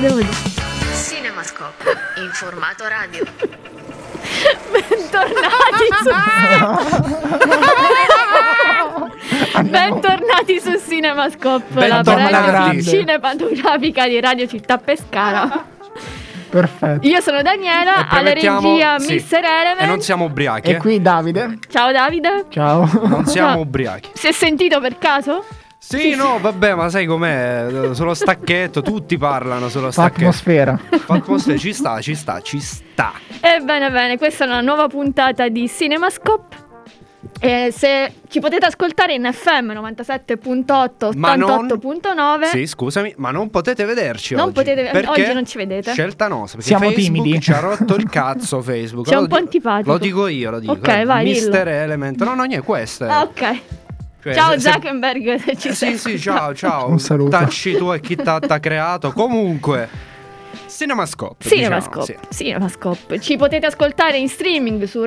devo dire. Cinemascope, in formato radio. Bentornati su Bentornati su Cinemascope, la Bentornati. breve Grande. cinematografica di Radio Città Pescara. Perfetto. Io sono Daniela, E Ah, alla permettiamo- regia sì. Mr. E non Element. siamo ubriachi. E eh. qui Davide. Ciao Davide. Ciao. Non siamo No. ubriachi. Si è sentito per caso? Sì, no, vabbè, ma sai com'è? Eh, Solo stacchetto, tutti parlano solo Fa stacchetto. atmosfera. Fa atmosfera, ci sta, ci sta, ci sta. Ebbene, bene, questa è una nuova puntata di Cinemascope. E se ci potete ascoltare in FM 97.8, Ma non- 88.9. Sì, scusami, ma non potete vederci Non oggi. potete- perché oggi non ci vedete. Scelta nostra, perché Siamo Facebook timidi. ci ha rotto il cazzo Facebook. C'è un Lo po' di- antipatico. Lo dico io, lo dico. Ok, vai, Mister dillo. Element. No, no, niente, questo è. Ah, ok. Cioè, ciao se- se- Zuckerberg, se ci Eh, sei. Sì, sì, ciao, ciao. Un saluto. Tacci tu e chi t'ha t'ha creato. Comunque, Cinemascope. Cinemascope, diciamo, Cinemascope. Ci potete ascoltare in streaming su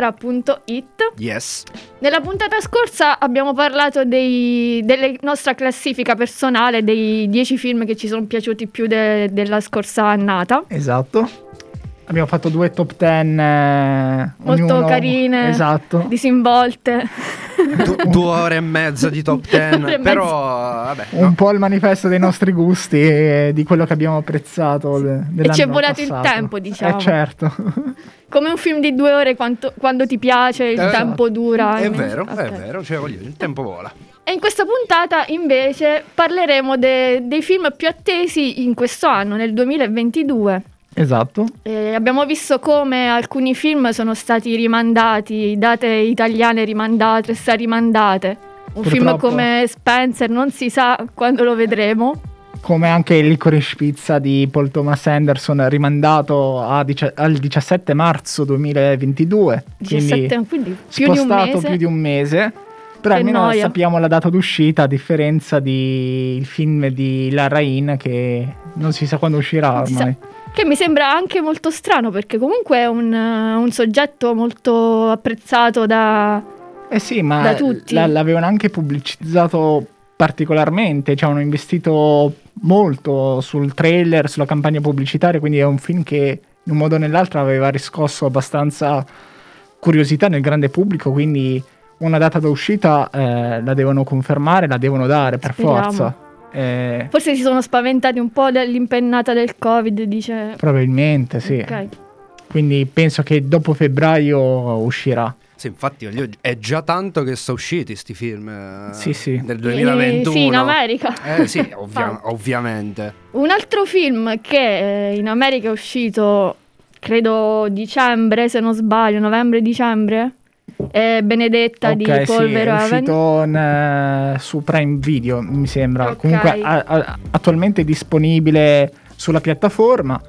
radiocittapescara.it. sì. Yes. Nella puntata scorsa abbiamo parlato dei- della nostra classifica personale dei 10 film che ci sono piaciuti più de- della scorsa annata. Esatto. Abbiamo fatto due top ten. eh, Molto ognuno- carine. Esatto. Disinvolte. Du- due ore e mezza di top Due ore e 10. però, vabbè. Un no. po' il manifesto dei nostri gusti e di quello che abbiamo apprezzato. de- dell'anno ci è volato il passato. tempo, diciamo. Eh certo. Come un film di due ore quanto- quando ti piace, il Esatto. tempo dura. È almeno- vero, è Ok. vero, cioè voglio dire, il tempo vola. E in questa puntata invece parleremo de- dei film più attesi in questo anno, nel 2022. esatto. Eh, abbiamo visto come alcuni film sono stati rimandati, date italiane rimandate, sa rimandate. Un film Purtroppo. come Spencer non si sa quando lo vedremo. Come anche il Licorice Pizza di Paul Thomas Anderson rimandato a dici- al 17 marzo 2022. quindi 17, quindi più di un spostato mese. più di un mese. Però Che almeno noia. sappiamo la data d'uscita, a differenza del film di Lara In che non si sa quando uscirà Non si sa. ormai. Che mi sembra anche molto strano perché comunque è un, eh, un soggetto molto apprezzato da... Eh sì, ma Da tutti. la- l'avevano anche pubblicizzato particolarmente, cioè hanno investito molto sul trailer, sulla campagna pubblicitaria, quindi è un film che in un modo o nell'altro aveva riscosso abbastanza curiosità nel grande pubblico, quindi una data d'uscita eh, la devono confermare, la devono dare per Speriamo. forza. Eh, Forse si sono spaventati un po' dall'impennata del Covid, dice... probabilmente sì. Ok. Quindi penso che dopo febbraio uscirà. Sì, infatti voglio- è già tanto che sono usciti sti film eh, Sì, sì. del 2021. Sì, in America. Eh sì, ovvia- Infatti. ovviamente. Un altro film che eh, in America è uscito, credo dicembre, se non sbaglio, novembre-dicembre, è Benedetta Ok, di sì, Paul è Verhoeven. uscito in, eh, su Prime Video, mi sembra. Ok. Comunque a- a- attualmente è disponibile sulla piattaforma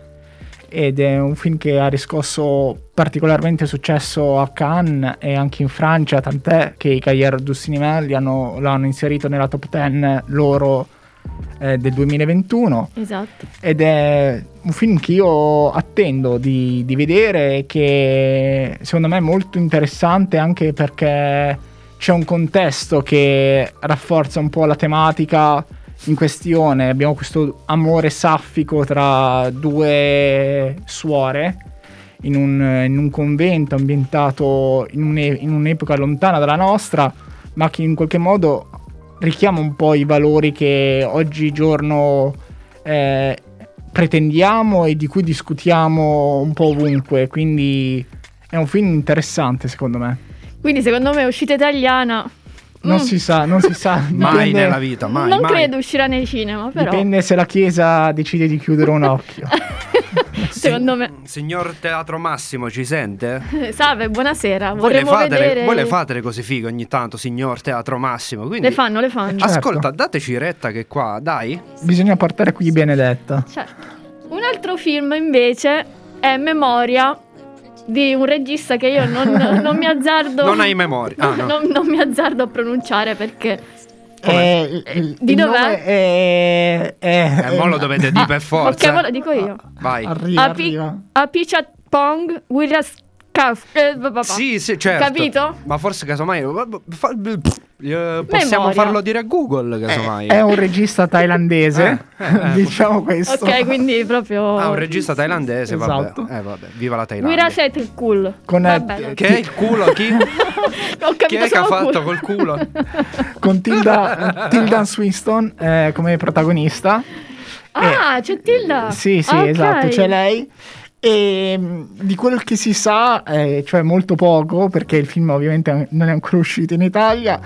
ed è un film che ha riscosso particolarmente successo a Cannes e anche in Francia, tant'è che i Cagliari du Cinema li hanno- l'hanno inserito nella top 10 loro eh, del 2021 Esatto. ed è un film che io attendo di, di vedere che secondo me è molto interessante anche perché c'è un contesto che rafforza un po' la tematica in questione abbiamo questo amore saffico tra due suore in un, in un convento ambientato in, un'e- in un'epoca lontana dalla nostra ma che in qualche modo richiama un po' i valori che oggigiorno eh, pretendiamo e di cui discutiamo un po' ovunque. Quindi è un film interessante, secondo me. Quindi secondo me uscita italiana... Non mm, si sa, non si sa. Mai dipende- nella vita, mai. non mai. credo uscirà nei cinema, però... Dipende se la chiesa decide di chiudere un occhio. Sì, Secondo me... Signor Teatro Massimo, ci sente? Salve, buonasera. Voi le, Ah, Vorremmo fate, le- vedere... voi le fate le cose fighe ogni tanto, signor Teatro Massimo. Quindi, Le fanno, le fanno. Ah, ascolta, Certo. dateci retta che qua, dai. Bisogna portare qui Benedetta. Certo. Un altro film invece è Memoria di un regista che io non, non mi azzardo... Non hai memoria. Ah, no. non, non mi azzardo a pronunciare perché... Eh, il- Di il dov'è? nome È, è, Eh, mo lo dovete dire per forza. eh. Ah. Ok, ma lo dico io. Vai. Arriva, Api- arriva. Apichat Pong Willias Kafka. eh, papà. Sì, sì, certo. Capito? Ma forse casomai fa- eh, possiamo Memoria. farlo dire a Google, casomai. Eh, È un regista thailandese, Eh, eh, eh. diciamo questo. Ok, quindi proprio. Ah, un regista thailandese, Esatto. vabbè. Eh, vabbè, viva la Thailandia. Wiraset il cool. Con, Va eh, bene. Che è il culo chi? Eh, Ho Chi capito è che ha solo fatto cool. col culo? Con Tilda, Tilda Swinston eh, come protagonista. Ah, c'è Tilda. Eh, Sì, sì, Ah, ok. esatto, c'è lei. E mh, di quello che si sa, eh, cioè molto poco, perché il film ovviamente non è ancora uscito in Italia.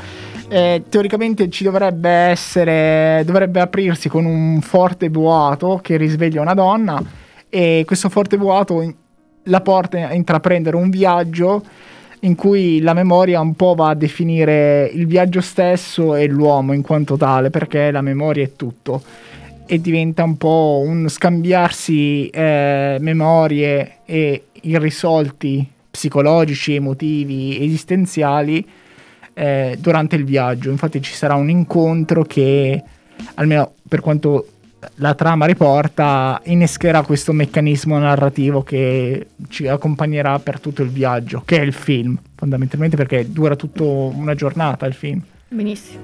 eh, teoricamente ci dovrebbe essere, dovrebbe aprirsi con un forte boato che risveglia una donna. E questo forte boato in- la porta a intraprendere un viaggio in cui la memoria un po' va a definire il viaggio stesso e l'uomo in quanto tale, perché la memoria è tutto e diventa un po' un scambiarsi eh, memorie e irrisolti psicologici, emotivi, esistenziali eh, durante il viaggio. Infatti ci sarà un incontro che, almeno per quanto la trama riporta, innescherà questo meccanismo narrativo che ci accompagnerà per tutto il viaggio, che è il film, fondamentalmente perché dura tutta una giornata il film. Benissimo.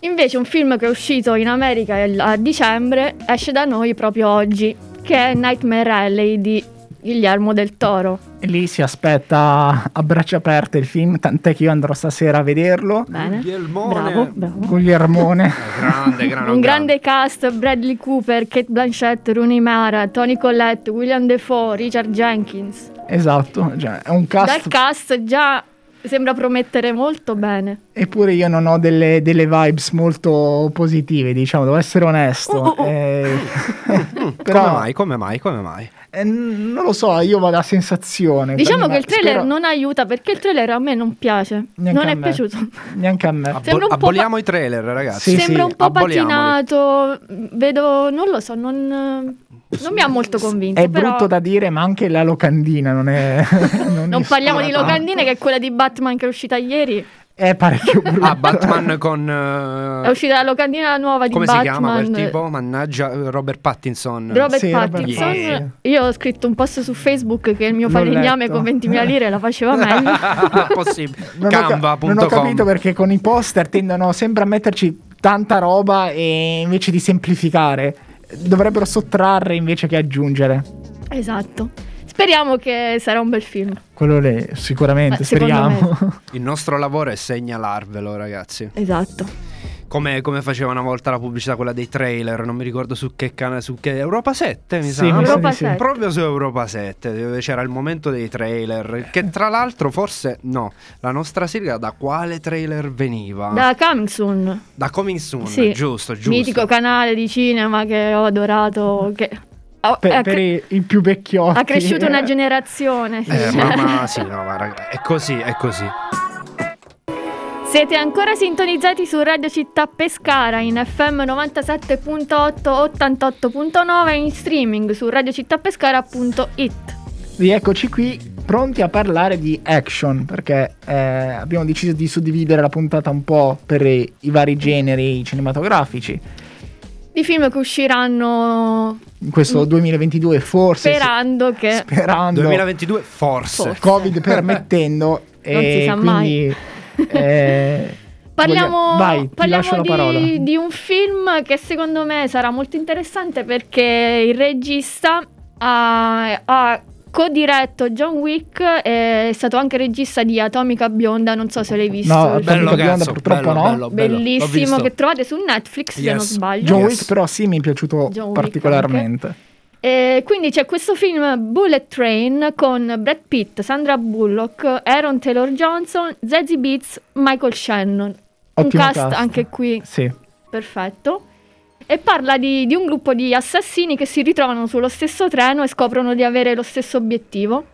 Invece un film che è uscito in America il- a dicembre esce da noi proprio oggi, che è Nightmare Alley di Guillermo del Toro. E lì si aspetta a braccia aperte il film, tant'è che io andrò stasera a vederlo. Bene. Guglielmone. Bravo, bravo. Guglielmone. Eh, Grande, grande. Un grande cast, Bradley Cooper, Kate Blanchett, Rooney Mara, Tony Collette, William Defoe, Richard Jenkins. Esatto, cioè, è un Dal cast. cast già sembra promettere molto bene. eppure io non ho delle, delle vibes molto positive, diciamo, devo essere onesto. Oh, oh, oh. Eh, Mm, Come però mai? Come mai? Come mai? eh, n- non lo so, io vado a sensazione. Diciamo Quindi, che il trailer spero- non aiuta perché il trailer a me non piace. Neanche non a è me. piaciuto. Neanche a me. Abbo- Sembra un po' aboliamo i trailer, ragazzi. Sì, Sembra sì, un po' aboliamoli. patinato. Vedo, non lo so, non, non mi ha molto convinto. È però brutto da dire, ma anche la locandina non è. non Non è parliamo di scolata. locandine, che è quella di Batman che è uscita ieri. È parecchio brutto. Ah, Batman con... eh, È uscita la locandina nuova di come si Batman. chiama quel tipo? Mannaggia, eh, Robert Pattinson. Robert Sì, Robert Pattinson, Pattinson. io ho scritto un post su Facebook che il mio L'ho falegname letto. con 20.000 lire la faceva meglio. Possibile. Non ho ca- Canva.com. non ho capito perché con i poster tendono sempre a metterci tanta roba e invece di semplificare dovrebbero sottrarre invece che aggiungere. Esatto. Speriamo che sarà un bel film. Quello lì, sicuramente, Beh, secondo speriamo. Il nostro lavoro è segnalarvelo, ragazzi. Esatto. Come, come faceva una volta la pubblicità, quella dei trailer, non mi ricordo su che canale, su che Europa 7, mi Sì, sa. mi sa no? di Europa sì. 7. Proprio su Europa 7, dove c'era il momento dei trailer. Che tra l'altro, forse no, la nostra sigla da quale trailer veniva? Ah. Da Coming Soon. Da Coming Soon, Sì. giusto, giusto. Mitico canale di cinema che ho adorato. Che ha, Per, ha per cre- i, i più vecchiotti. ha cresciuto una Eh, generazione. Cioè, sì. Eh, ma, ma sì, no, ma raga, è così, è così. Siete ancora sintonizzati su Radio Città Pescara in FM 97.8, 88.9 e in streaming su radiocittàpescara.it. Rieccoci qui, pronti a parlare di action, perché eh, abbiamo deciso di suddividere la puntata un po' per i, i vari generi cinematografici. Di film che usciranno In questo 2022 forse... Mm. sperando che... Sperando. 2022, forse. Forse. Covid permettendo. e Non si sa quindi, eh, Parliamo, voglio- Vai, ti parliamo lascio la di, parola. di un film che secondo me sarà molto interessante perché il regista ha, ha co-diretto John Wick e è stato anche regista di Atomica Bionda, non so se l'hai visto. No, il bello, film. Atomica Bionda purtroppo no. bello, l'ho bellissimo visto. che trovate su Netflix se Yes. non sbaglio. John Yes. Wick però sì mi è piaciuto John Wick particolarmente. E quindi c'è questo film Bullet Train con Brad Pitt, Sandra Bullock, Aaron Taylor Johnson, Zazie Beats, Michael Shannon. Ottimo un cast, cast. anche qui Sì. Perfetto. E parla di, di un gruppo di assassini che si ritrovano sullo stesso treno e scoprono di avere lo stesso obiettivo.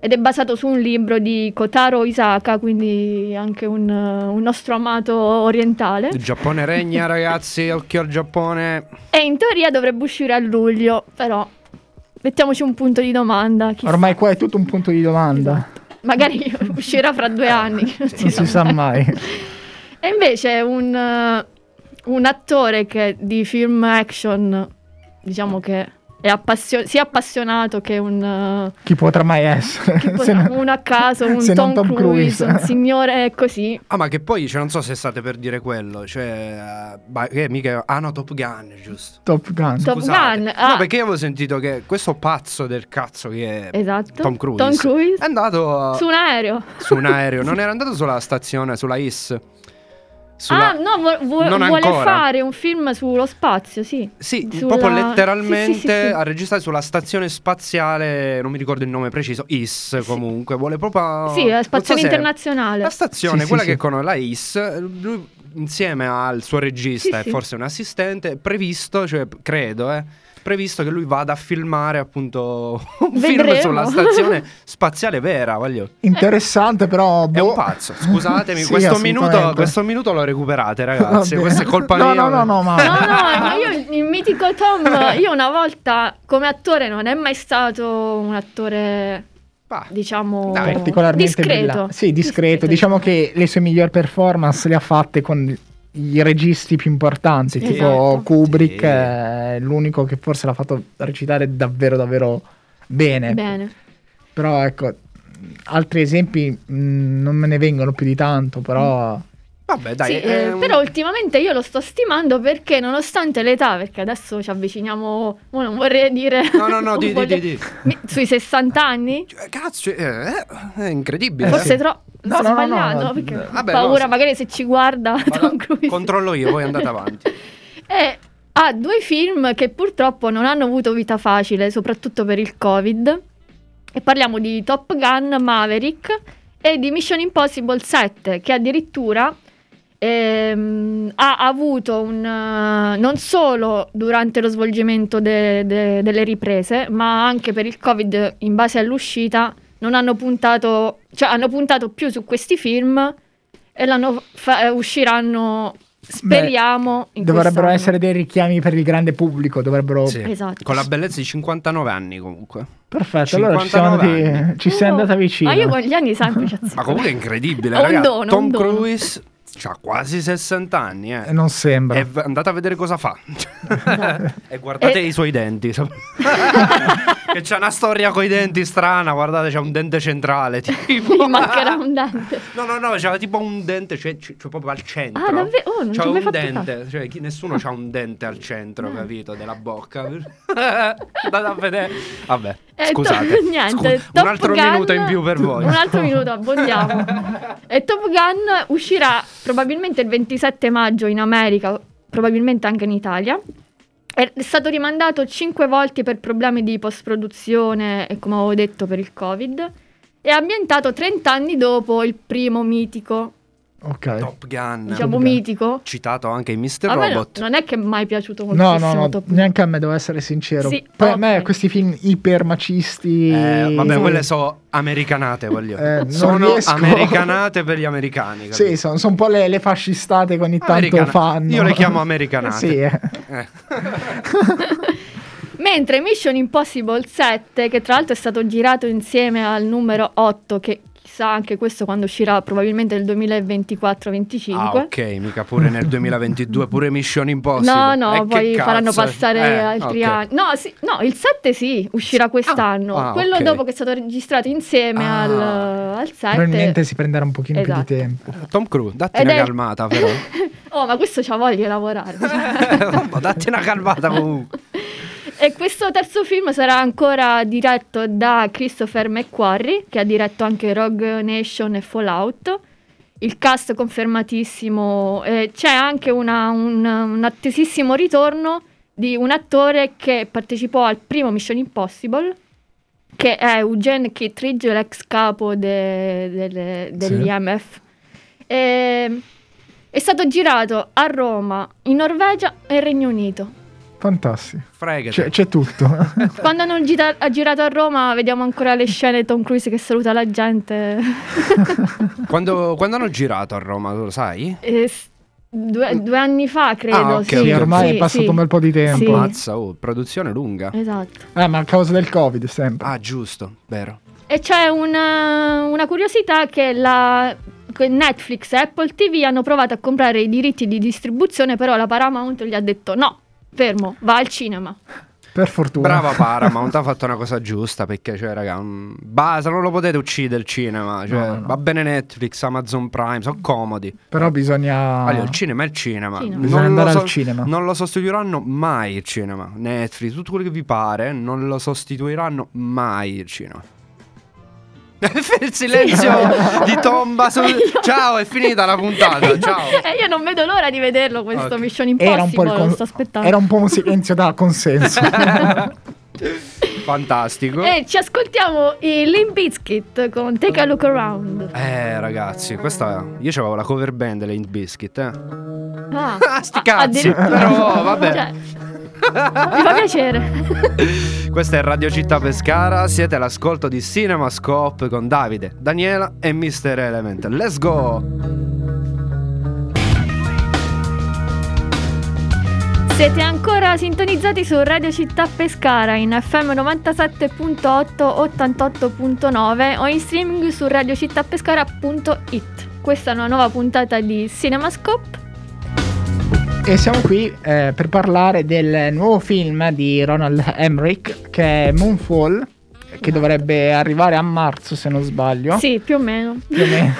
Ed è basato su un libro di Kotaro Isaka, quindi anche un, eh, un nostro amato orientale. Eh, Il Giappone regna, ragazzi, occhio al Giappone. E in teoria dovrebbe uscire a luglio, però mettiamoci un punto di domanda. chissà. Esatto. Ormai qua è tutto un punto di domanda. Magari uscirà fra due anni. Eh, Non si sa mai. E invece un, eh, un attore che di film action, diciamo che è appassio- sia appassionato che un, eh, Chi potrà mai essere? che Se poi- no- un a caso, un se Tom, non Tom Cruise, Cruise. un signore eh, così. Ah, ma che poi, cioè, non so se state per dire quello, cioè, eh, ba- che mica, ah no, Top Gun, giusto. Top Gun. Top Scusate. Gun, No, ah. perché io avevo sentito che questo pazzo del cazzo che è Esatto. Tom Cruise, Cruise. è andato a- Su un aereo. su un aereo, non era andato sulla stazione, sulla IS. Ah, no, vo- vo- Non vuole ancora. fare un film sullo spazio, sì. Sì, Sulla- proprio sì, letteralmente sì, sì, sì. ha registrato sulla stazione spaziale, non mi ricordo il nome preciso, IS comunque, vuole proprio... Sì, la non so spazione se- internazionale. La stazione, Sì, sì, quella sì. che con la IS, lui insieme al suo regista Sì, e sì. forse un assistente, è previsto, cioè credo, eh, previsto che lui vada a filmare appunto un film Vedremo. sulla stazione spaziale vera, voglio. Interessante, però. È boh. un pazzo, scusatemi, Sì, questo, assolutamente. minuto, questo minuto lo recuperate ragazzi, Va bene. questa è colpa no, mia. No, no, no, ma. No, no, ma io il- il mitico Tom, io una volta come attore non è mai stato un attore, Bah. diciamo, Dai. particolarmente discreto. brilla- Sì, discreto. Diciamo che le sue migliori performance le ha fatte con i registi più importanti, Sì. tipo Esatto. Kubrick, Sì. è l'unico che forse l'ha fatto recitare davvero, davvero bene. Bene. Però ecco, altri esempi mh, non me ne vengono più di tanto, però... Vabbè, dai, ehm, Sì, è eh, un- Però ultimamente io lo sto stimando perché nonostante l'età, perché adesso ci avviciniamo, mo non vorrei dire... No, no, no, non di, di, voglio- di, di. Mi- Sui 60 anni? Cioè, Cazzo, eh, è incredibile. eh. Forse sì. tro- No, sto no, no, sbagliando, no, perché ho vabbè, paura no, magari se ci guarda Vado- Tom Cruise. controllo io, voi andate avanti. e Eh, ha due film che purtroppo non hanno avuto vita facile, soprattutto per il Covid. E parliamo di Top Gun Maverick e di Mission Impossible 7, che addirittura ehm, ha avuto un... eh, non solo durante lo svolgimento de- de- delle riprese, ma anche per il Covid, in base all'uscita, non hanno puntato... cioè hanno puntato più su questi film e l'hanno fa- eh, usciranno, speriamo... in Dovrebbero quest'anno. essere dei richiami per il grande pubblico, dovrebbero... Sì. Esatto. Con la bellezza di 59 anni comunque. Perfetto, allora ci, siamo 59 andati- ci sei Oh, andata vicino. Ma io con gli anni sempre ci azzecco. Ma comunque è incredibile, Ho Oh, un raga. dono, Tom un dono. Cruise ha quasi 60 anni, eh. Eh, Non sembra. E v- andate a vedere cosa fa. Esatto. e guardate E- i suoi denti. che c'è una storia con i denti strana. Guardate, c'è un dente centrale. Tipo. Gli mancherà un dente. No, no, no, c'era tipo un dente, cioè, c- cioè proprio al centro. Ah, davvero? Oh, non ci C'ha ho mai un fatto Ah. dente, cioè chi- nessuno ha un dente al centro, capito? Della bocca. Andate a vedere. Vabbè, Eh, scusate. to- niente, Scu- Top un altro Gun- minuto in più per voi. Un altro minuto, abbondiamo. e Top Gun uscirà probabilmente il 27 maggio in America, probabilmente anche in Italia. È stato rimandato cinque volte per problemi di post-produzione e come avevo detto per il Covid. È ambientato 30 anni dopo il primo mitico, Ok. Top Gun. diciamo Ah, Top Gun. mitico. Citato anche in Mr. A me no- Robot. non è che è mai piaciuto No, moltissimo no, no, Top Gun. neanche a me, devo essere sincero. Sì, Poi a me ok. questi film ipermacisti... Eh, vabbè, quelle sono americanate, voglio Eh, non Sono riesco. americanate per gli americani. capito? Sì, sono, un po' le, le fascistate che ogni tanto Americana- fanno. Io le chiamo americanate. Sì, eh. Eh. Mentre Mission Impossible 7, che tra l'altro è stato girato insieme al numero 8, che chissà anche questo quando uscirà, probabilmente nel 2024-25. Ah, ok, mica pure nel 2022, pure Mission Impossible. No, Eh, no, che poi cazzo. faranno passare Eh, altri ok. anni. No, sì- no, il 7 sì, uscirà quest'anno. ah, Quello ok. dopo che è stato registrato insieme Ah. al, al 7. Probabilmente si prenderà un pochino Esatto. più di tempo. Eh, Tom Cruise, datti Ed una è- calmata però. Oh, ma questo c'ha voglia di lavorare. Vabbè, datti una calmata comunque. E questo terzo film sarà ancora diretto da Christopher McQuarrie, che ha diretto anche Rogue Nation e Fallout. Il cast confermatissimo. eh, c'è anche una- un, un attesissimo ritorno di un attore che partecipò al primo Mission Impossible, che è Eugene Kittridge, l'ex capo de- delle- dell'IMF. E- è stato girato a Roma, in Norvegia e Regno Unito. Fantastico. Fregate. C'è, c'è tutto. Quando hanno gita- ha girato a Roma vediamo ancora le scene Tom Cruise che saluta la gente. Quando, quando hanno girato a Roma, lo sai? Eh, s- due, due anni fa, credo. Ah, ok, sì. sì, ormai Sì, è passato sì. un bel po' di tempo. Sì. Mazza, oh, produzione lunga. Esatto. Eh, ma a causa del Covid sempre. Ah, giusto, vero. E c'è una, una curiosità che la, che Netflix e Apple TV hanno provato a comprare i diritti di distribuzione, però la Paramount gli ha detto no, fermo, va al cinema. Per fortuna. Brava Paramount, ha fatto una cosa giusta perché, cioè, raga, un- basta, non lo potete uccidere il cinema. Cioè, No, no, no. Va bene Netflix, Amazon Prime, sono comodi. Però bisogna... Allora, il cinema è il cinema. Cinema. Ah. Bisogna Non lo andare al so- cinema. Non lo sostituiranno mai il cinema. Netflix, tutto quello che vi pare, non lo sostituiranno mai il cinema. il silenzio di tomba su... Ciao, è finita la puntata. Ciao. E io non vedo l'ora di vederlo questo Ok. Mission Era un, po' Impossible, il con- lo sto aspettando. era un po' un silenzio da consenso. Fantastico. E Eh, ci ascoltiamo i Limp Bizkit con Take a Look Around. Eh ragazzi, questa io c'avevo la cover band delle Int Biscuit, eh. Ah, Ah, sti a- cazzi, addirittura. però vabbè. Cioè, mi fa piacere. Questa è Radio Città Pescara, siete all'ascolto di CinemaScope con Davide, Daniela e Mr. Element. Let's go! Siete ancora sintonizzati su Radio Città Pescara in FM 97.8, 88.9 o in streaming su radiocittàpescara.it. Questa è una nuova puntata di CinemaScope. e siamo qui eh, per parlare del nuovo film di Ronald Emmerich che è Moonfall, che dovrebbe arrivare a marzo se non sbaglio. Sì, più o meno. Più o meno.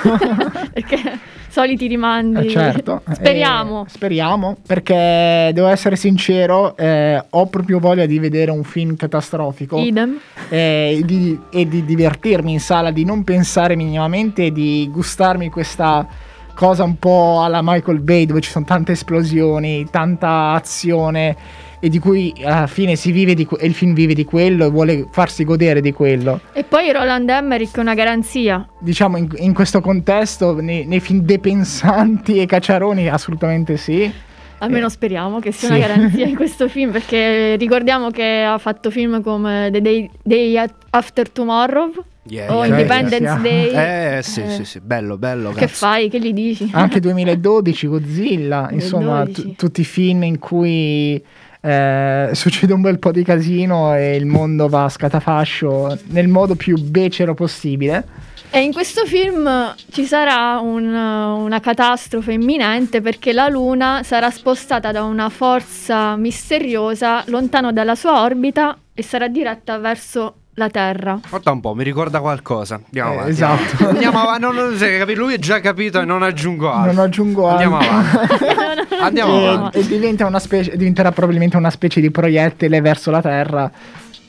Perché soliti rimandi. Eh, certo. Speriamo. Eh, speriamo, perché devo essere sincero, eh, ho proprio voglia di vedere un film catastrofico Idem. eh, e di, e di divertirmi in sala, di non pensare minimamente, di gustarmi questa cosa un po' alla Michael Bay dove ci sono tante esplosioni, tanta azione e di cui alla fine si vive di que- e il film vive di quello e vuole farsi godere di quello. E poi Roland Emmerich è una garanzia. Diciamo in, in questo contesto nei, nei film depensanti e cacciaroni assolutamente sì. Almeno Eh, speriamo che sia sì. una garanzia in questo film, perché ricordiamo che ha fatto film come The Day, Day After Tomorrow Yeah, o yeah, Oh, Independence sì. Day. yeah. cioè, Eh sì, sì, sì, bello, bello. Che cazzo. Ah. fai? Che gli dici? Anche 2012 Godzilla, 2012. insomma tu- tutti i film in cui eh, succede un bel po' di casino e il mondo va a scatafascio nel modo più becero possibile. E in questo film ci sarà un- una catastrofe imminente perché la Luna sarà spostata da una forza misteriosa lontano dalla sua orbita e sarà diretta verso la Terra. Guarda un po', mi ricorda qualcosa. Andiamo Eh, avanti. esatto. Andiamo avanti. Non, non- se capi- lui è già capito e non aggiungo altro. Non aggiungo Andiamo altro. avanti. Andiamo e, avanti. e diventa una specie- diventerà probabilmente una specie di proiettile verso la Terra,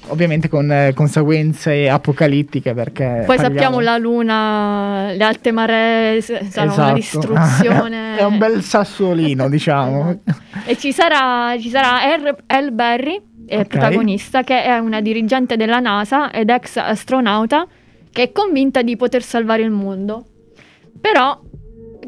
ovviamente con eh, conseguenze apocalittiche perché... Poi Eh, parliamo- sappiamo la luna, le alte maree s- sarà una Esatto. distruzione. È un bel sassolino, diciamo. Esatto. E ci sarà, ci sarà R- Elle Berry, eh, Ok. protagonista, che è una dirigente della NASA ed ex astronauta, che è convinta di poter salvare il mondo. Però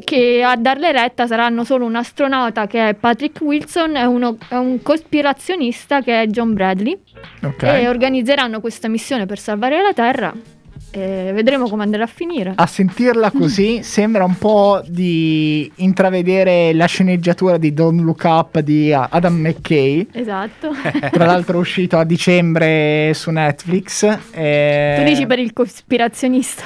che a darle retta saranno solo un astronauta che è Patrick Wilson e uno- e un cospirazionista che è John Bradley Ok. e organizzeranno questa missione per salvare la Terra e vedremo come andrà a finire. Ah. a sentirla così sembra un po' di intravedere la sceneggiatura di Don't Look Up di uh, Adam McKay. Esatto. Tra l'altro è uscito a dicembre su Netflix. eh, tu dici per il cospirazionista.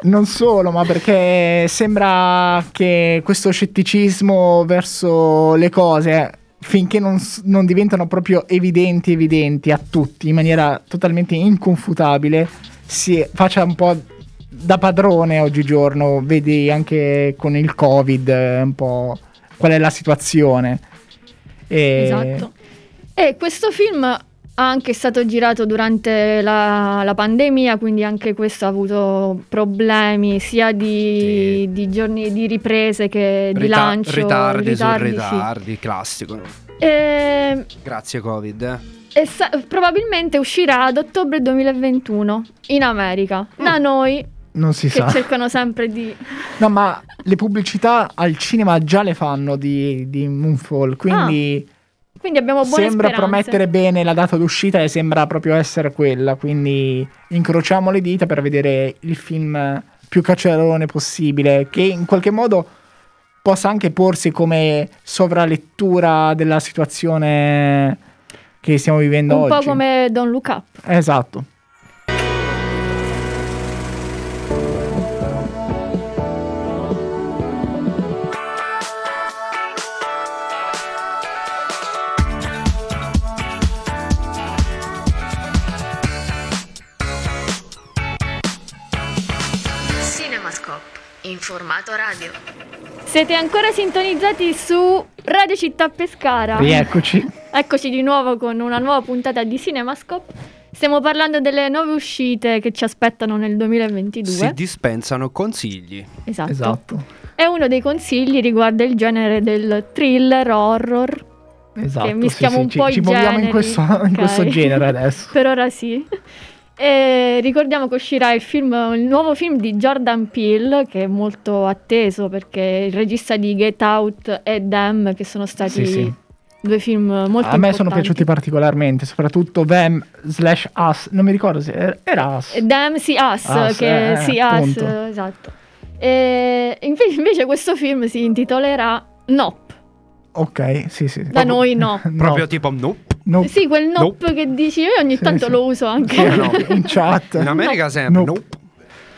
Non solo, ma perché sembra che questo scetticismo verso le cose, finché non, s- non diventano proprio evidenti, evidenti a tutti, in maniera totalmente inconfutabile, si faccia un po' da padrone oggigiorno, vedi anche con il Covid eh, un po' qual è la situazione. Eh. E- Esatto. E questo film ha anche stato girato durante la, la pandemia, quindi anche questo ha avuto problemi sia di, Sì. di giorni di riprese che di Rita- lancio. ritardi, ritardi, su sì. ritardi, classico. E- Grazie Covid. eh. e sa- probabilmente uscirà ad ottobre 2021 in America. Mm. Da noi Non si che sa. cercano sempre di No, ma le pubblicità al cinema già le fanno di, di Moonfall, Ah. quindi... Quindi abbiamo buone Sembra speranze. promettere bene la data d'uscita e sembra proprio essere quella, quindi incrociamo le dita per vedere il film più cacciarone possibile, che in qualche modo possa anche porsi come sovralettura della situazione che stiamo vivendo un oggi. po' come Don Look Up. Esatto. Cinemascope in formato radio. Siete ancora sintonizzati su Radio Città Pescara. Rieccoci. Eccoci di nuovo con una nuova puntata di Cinemascope. Stiamo parlando delle nuove uscite che ci aspettano nel 2022. Si dispensano consigli. esatto. Esatto. E uno dei consigli riguarda il genere del thriller horror. Esatto. che mischiamo sì, un sì, po' ci, i ci muoviamo in generi. questo, in Ok. questo genere adesso. per ora sì. E ricordiamo che uscirà il, film, il nuovo film di Jordan Peele, che è molto atteso perché è il regista di Get Out e Them, che sono stati Sì, sì. due film molto A me sono importanti. piaciuti particolarmente, soprattutto Them slash Us. Non mi ricordo se era- era Us. Damn, sì, Us, Us, che, eh, sì, Us, appunto. esatto. E invece, invece questo film si intitolerà Nop, Ok, sì, sì. da noi no. Proprio tipo nope. Nope. Sì, quel Nop Nope. che dici, io ogni Sì, tanto sì. lo uso anche. Sì, no. in chat. In America sempre Nope. nope.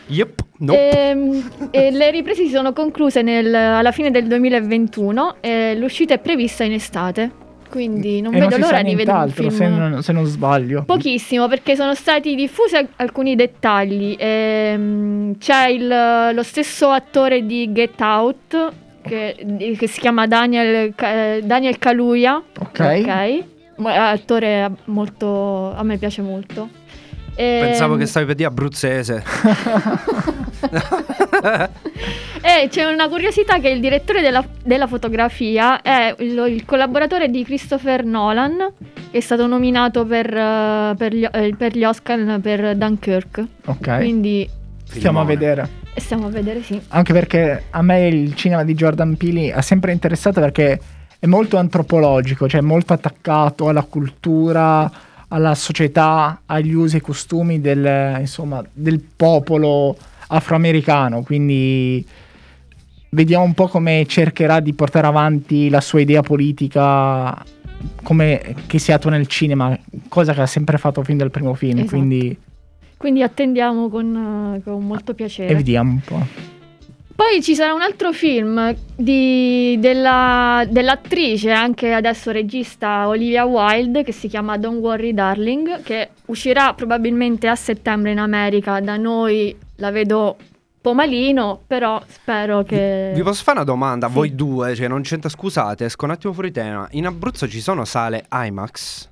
Yep, nope. Ehm, e le riprese si sono concluse nel- alla fine del 2021 e l'uscita è prevista in estate. Quindi non E vedo Mm. Eh, si sa l'ora di vedere un nient'altro, film. Se non, se non sbaglio. Pochissimo perché sono stati diffusi al- alcuni dettagli. Ehm, c'è il- lo stesso attore di Get Out che, di- che si chiama Daniel, Ca- eh, Daniel Kaluuya. ok. ok. Mo- Attore molto. a me piace molto. Pensavo Ehm, che stavi per dire abruzzese. E Eh, c'è una curiosità che il direttore della, della fotografia è il, il collaboratore di Christopher Nolan, che è stato nominato per, eh, per gli, eh, per gli Oscar per Dunkirk. Ok. Quindi eh, Stiamo a Filmone. vedere. stiamo a vedere, sì. Anche perché a me il cinema di Jordan Peele ha sempre interessato perché è molto antropologico, cioè molto attaccato alla cultura, alla società, agli usi e costumi del, insomma, del popolo afroamericano. Quindi vediamo un po' come cercherà di portare avanti la sua idea politica come che si attua nel cinema, cosa che ha sempre fatto fin dal primo film. Esatto. Quindi Quindi attendiamo con, eh, con molto piacere. e vediamo un po'. Poi ci sarà un altro film di- della- dell'attrice, anche adesso regista Olivia Wilde, che si chiama Don't Worry Darling, che uscirà probabilmente a settembre in America. Da noi la vedo pomalino, però spero che... Vi posso fare una domanda? Eh, Sì. Voi due, cioè non c'entra, scusate, esco un attimo fuori tema. In Abruzzo ci sono sale IMAX?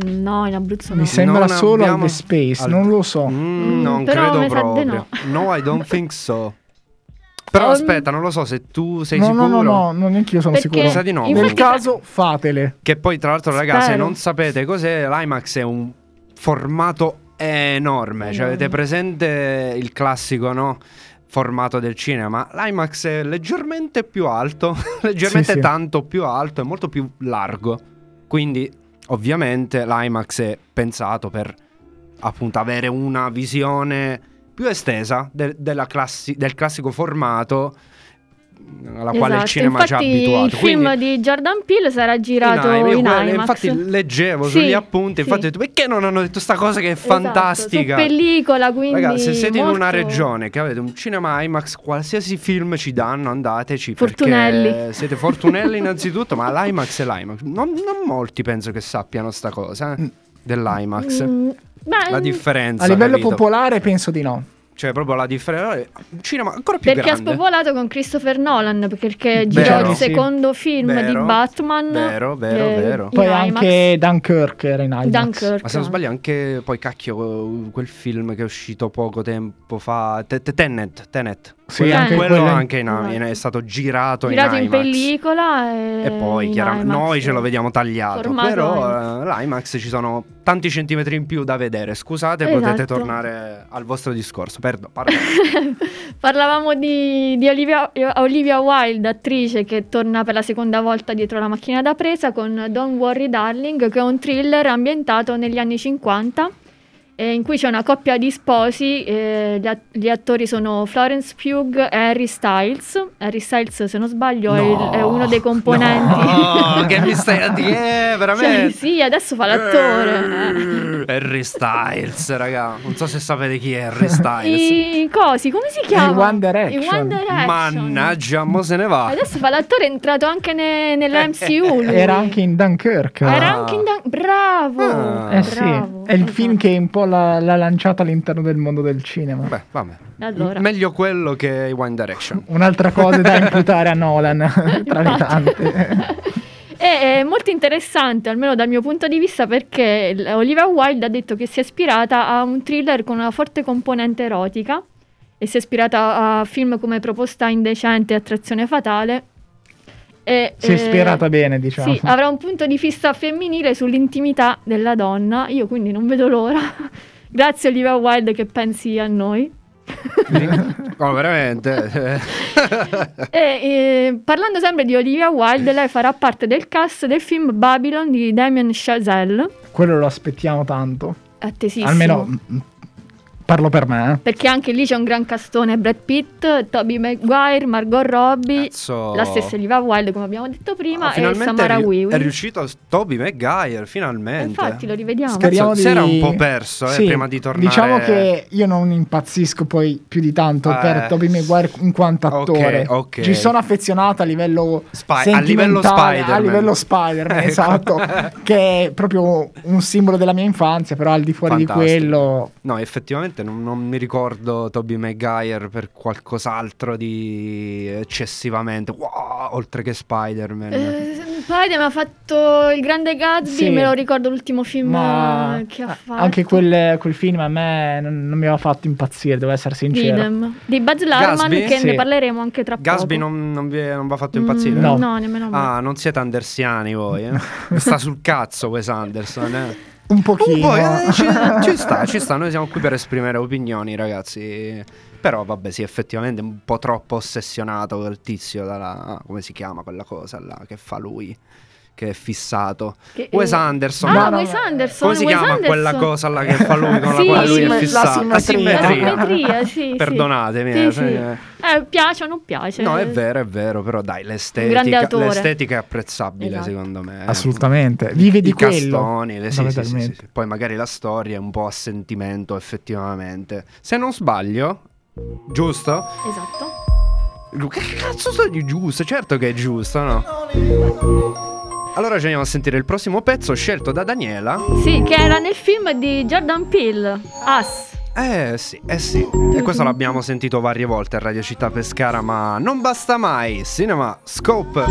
No, in Abruzzo no. Mi sembra Non solo al abbiamo- The Space, al- non lo so. Mm, Mm, non però credo mi sa di proprio. no. No. I don't think so. Però Um, aspetta, non lo so se tu sei no, sicuro. no, no, no, non neanche io sono Perché- sicuro. Sa di no. Nel infatti- caso, fatele. Che poi, tra l'altro, ragazzi, se Spero. non sapete cos'è, l'IMAX è un formato enorme. Cioè, Enorme. avete presente il classico, no? Formato del cinema. L'IMAX è leggermente più alto, leggermente Sì, sì. tanto più alto e molto più largo. Quindi, ovviamente, l'IMAX è pensato per appunto avere una visione più estesa de- della classi- del classico formato alla quale il Esatto, cinema ci ha infatti abituato. il film Quindi- di Jordan Peele sarà girato in in, Ime- quella- IMAX. Infatti leggevo Sì, sugli appunti, infatti sì. ho detto, perché non hanno detto sta cosa che è Esatto, fantastica? su pellicola, quindi Ragazzi, se siete in una molto- regione che avete un cinema IMAX, qualsiasi film ci danno, andateci. Fortunelli. Perché siete fortunelli innanzitutto, ma l'IMAX è l'IMAX. Non, non molti penso che sappiano sta cosa eh, dell'IMAX. Mm, beh, La A differenza. livello capito? popolare, penso di no. Cioè, proprio la differenza. Un cinema ancora più Perché ha grande. spopolato con Christopher Nolan perché Vero, girò il sì. secondo film Vero, di Batman. eh, vero, vero, vero. in Poi IMAx. anche Dunkirk era in IMAX. Dunkirk. Ma se non sbaglio anche poi cacchio uh, quel film che è uscito poco tempo fa, Te- Te- Tenet, Tenet. Sì, Quello- anche quello quello- anche in, Esatto. in- è stato girato, Girato in, IMAX. pellicola e, E poi in chiaramente IMAX. noi ce lo vediamo tagliato, Formato però eh, l'IMAX ci sono tanti centimetri in più da vedere. Scusate, potete Esatto. tornare al vostro discorso. Perdo, parlo. Parlavamo di, di Olivia, Olivia Wilde, attrice che torna per la seconda volta dietro la macchina da presa con Don't Worry Darling, che è un thriller ambientato negli anni 50, eh, in cui c'è una coppia di sposi, eh, gli, at- gli attori sono Florence Pugh e Harry Styles. Harry Styles, se non sbaglio, è, il- è uno dei componenti. No, che mi stai a dire? Eh, Cioè, Veramente? sì, adesso fa l'attore. eh. Harry Styles, raga. Non so se sapete chi è Harry Styles. I cosi, come si chiama? One Direction. I One Direction. Mannaggia, mo se ne va. Adesso fa l'attore, è entrato anche ne- nell'MCU. Era Eh, anche in Dunkirk. Ah, Era anche in Dan- Bravo! Ah. Eh sì, bravo. Esatto. è il film che un po' l'ha, l'ha lanciata all'interno del mondo del cinema. Beh, vabbè. Allora. M- meglio quello che One Direction. Un'altra cosa da imputare a Nolan, tra le Infatti. tante. È è molto interessante, almeno dal mio punto di vista, perché l- Olivia Wilde ha detto che si è ispirata a un thriller con una forte componente erotica e si è ispirata a film come Proposta indecente e Attrazione fatale. E, Si è eh, ispirata bene, diciamo. Sì, avrà un punto di vista femminile sull'intimità della donna. Io quindi non vedo l'ora. Grazie Olivia Wilde che pensi a noi. Oh, veramente. E, eh, parlando sempre di Olivia Wilde, lei farà parte del cast del film Babylon di Damien Chazelle. Quello lo aspettiamo tanto. Attesissimo. Almeno mm, parlo per me. eh. Perché anche lì c'è un gran castone Brad Pitt, Toby Maguire, Margot Robbie, Cazzo. la stessa Olivia Wilde come abbiamo detto prima Ah, e finalmente Samara è, riu- Weaving. è riuscito a- Toby Maguire, finalmente. Infatti lo rivediamo. Scherzo, Speriamo si di- era un po' perso, eh, Sì, prima di tornare. Diciamo che io non impazzisco poi più di tanto Eh. per Toby Maguire in quanto Ok, attore. ok. Ci sono affezionato a livello Spy- a livello sentimentale, Spider-Man. A livello Spider-Man, Ecco. esatto. che è proprio un simbolo della mia infanzia, però al di fuori di Fantastico. quello... No, effettivamente non, non mi ricordo Toby Maguire per qualcos'altro di eccessivamente wow, oltre che Spider-Man. Eh, Spider-Man ha fatto il grande Gatsby, Sì. me lo ricordo l'ultimo film Ma eh, che ha a- fatto. anche quel, quel film a me non, non mi aveva fatto impazzire, devo essere sincero. Idem. Di Buzz Larman Gatsby? che Sì. ne parleremo anche tra Gasby poco. non, non vi è- non vi ha fatto impazzire? Mm, No. nemmeno a me. Ah, non siete andersiani voi, eh? Mi Sta sul cazzo Wes Anderson, eh? Un pochino. Un po', eh, ci, ci sta, ci sta, noi siamo qui per esprimere opinioni, ragazzi. Però vabbè, sì, effettivamente un po' troppo ossessionato quel tizio dalla come si chiama quella cosa là che fa lui che è fissato. Che- Wes eh, Anderson. No, Ah, no, Wes no. Anderson. Come si Wes chiama Anderson. quella cosa là che fa lui con la Sì, quale lui la è fissato? simmetria. Asimmetria. La simmetria, sì, sì. Perdonatemi. Sì, eh, sì. Eh, piace o non piace? No, è vero, è vero, però dai, l'estetica, attore. l'estetica è apprezzabile Esatto. secondo me. Assolutamente. Vive di I quello. castoni, le- sì, sì, sì, sì, fondamentalmente. sì. Poi magari la storia è un po' a sentimento effettivamente. Se non sbaglio, giusto? Esatto. Luca, che cazzo sto di giusto? Certo che è giusto, no? Allora ci andiamo a sentire il prossimo pezzo scelto da Daniela. Sì, che era nel film di Jordan Peele, Us. Eh sì, eh sì. E questo l'abbiamo sentito varie volte a Radio Città Pescara, ma non basta mai. Cinema Scope.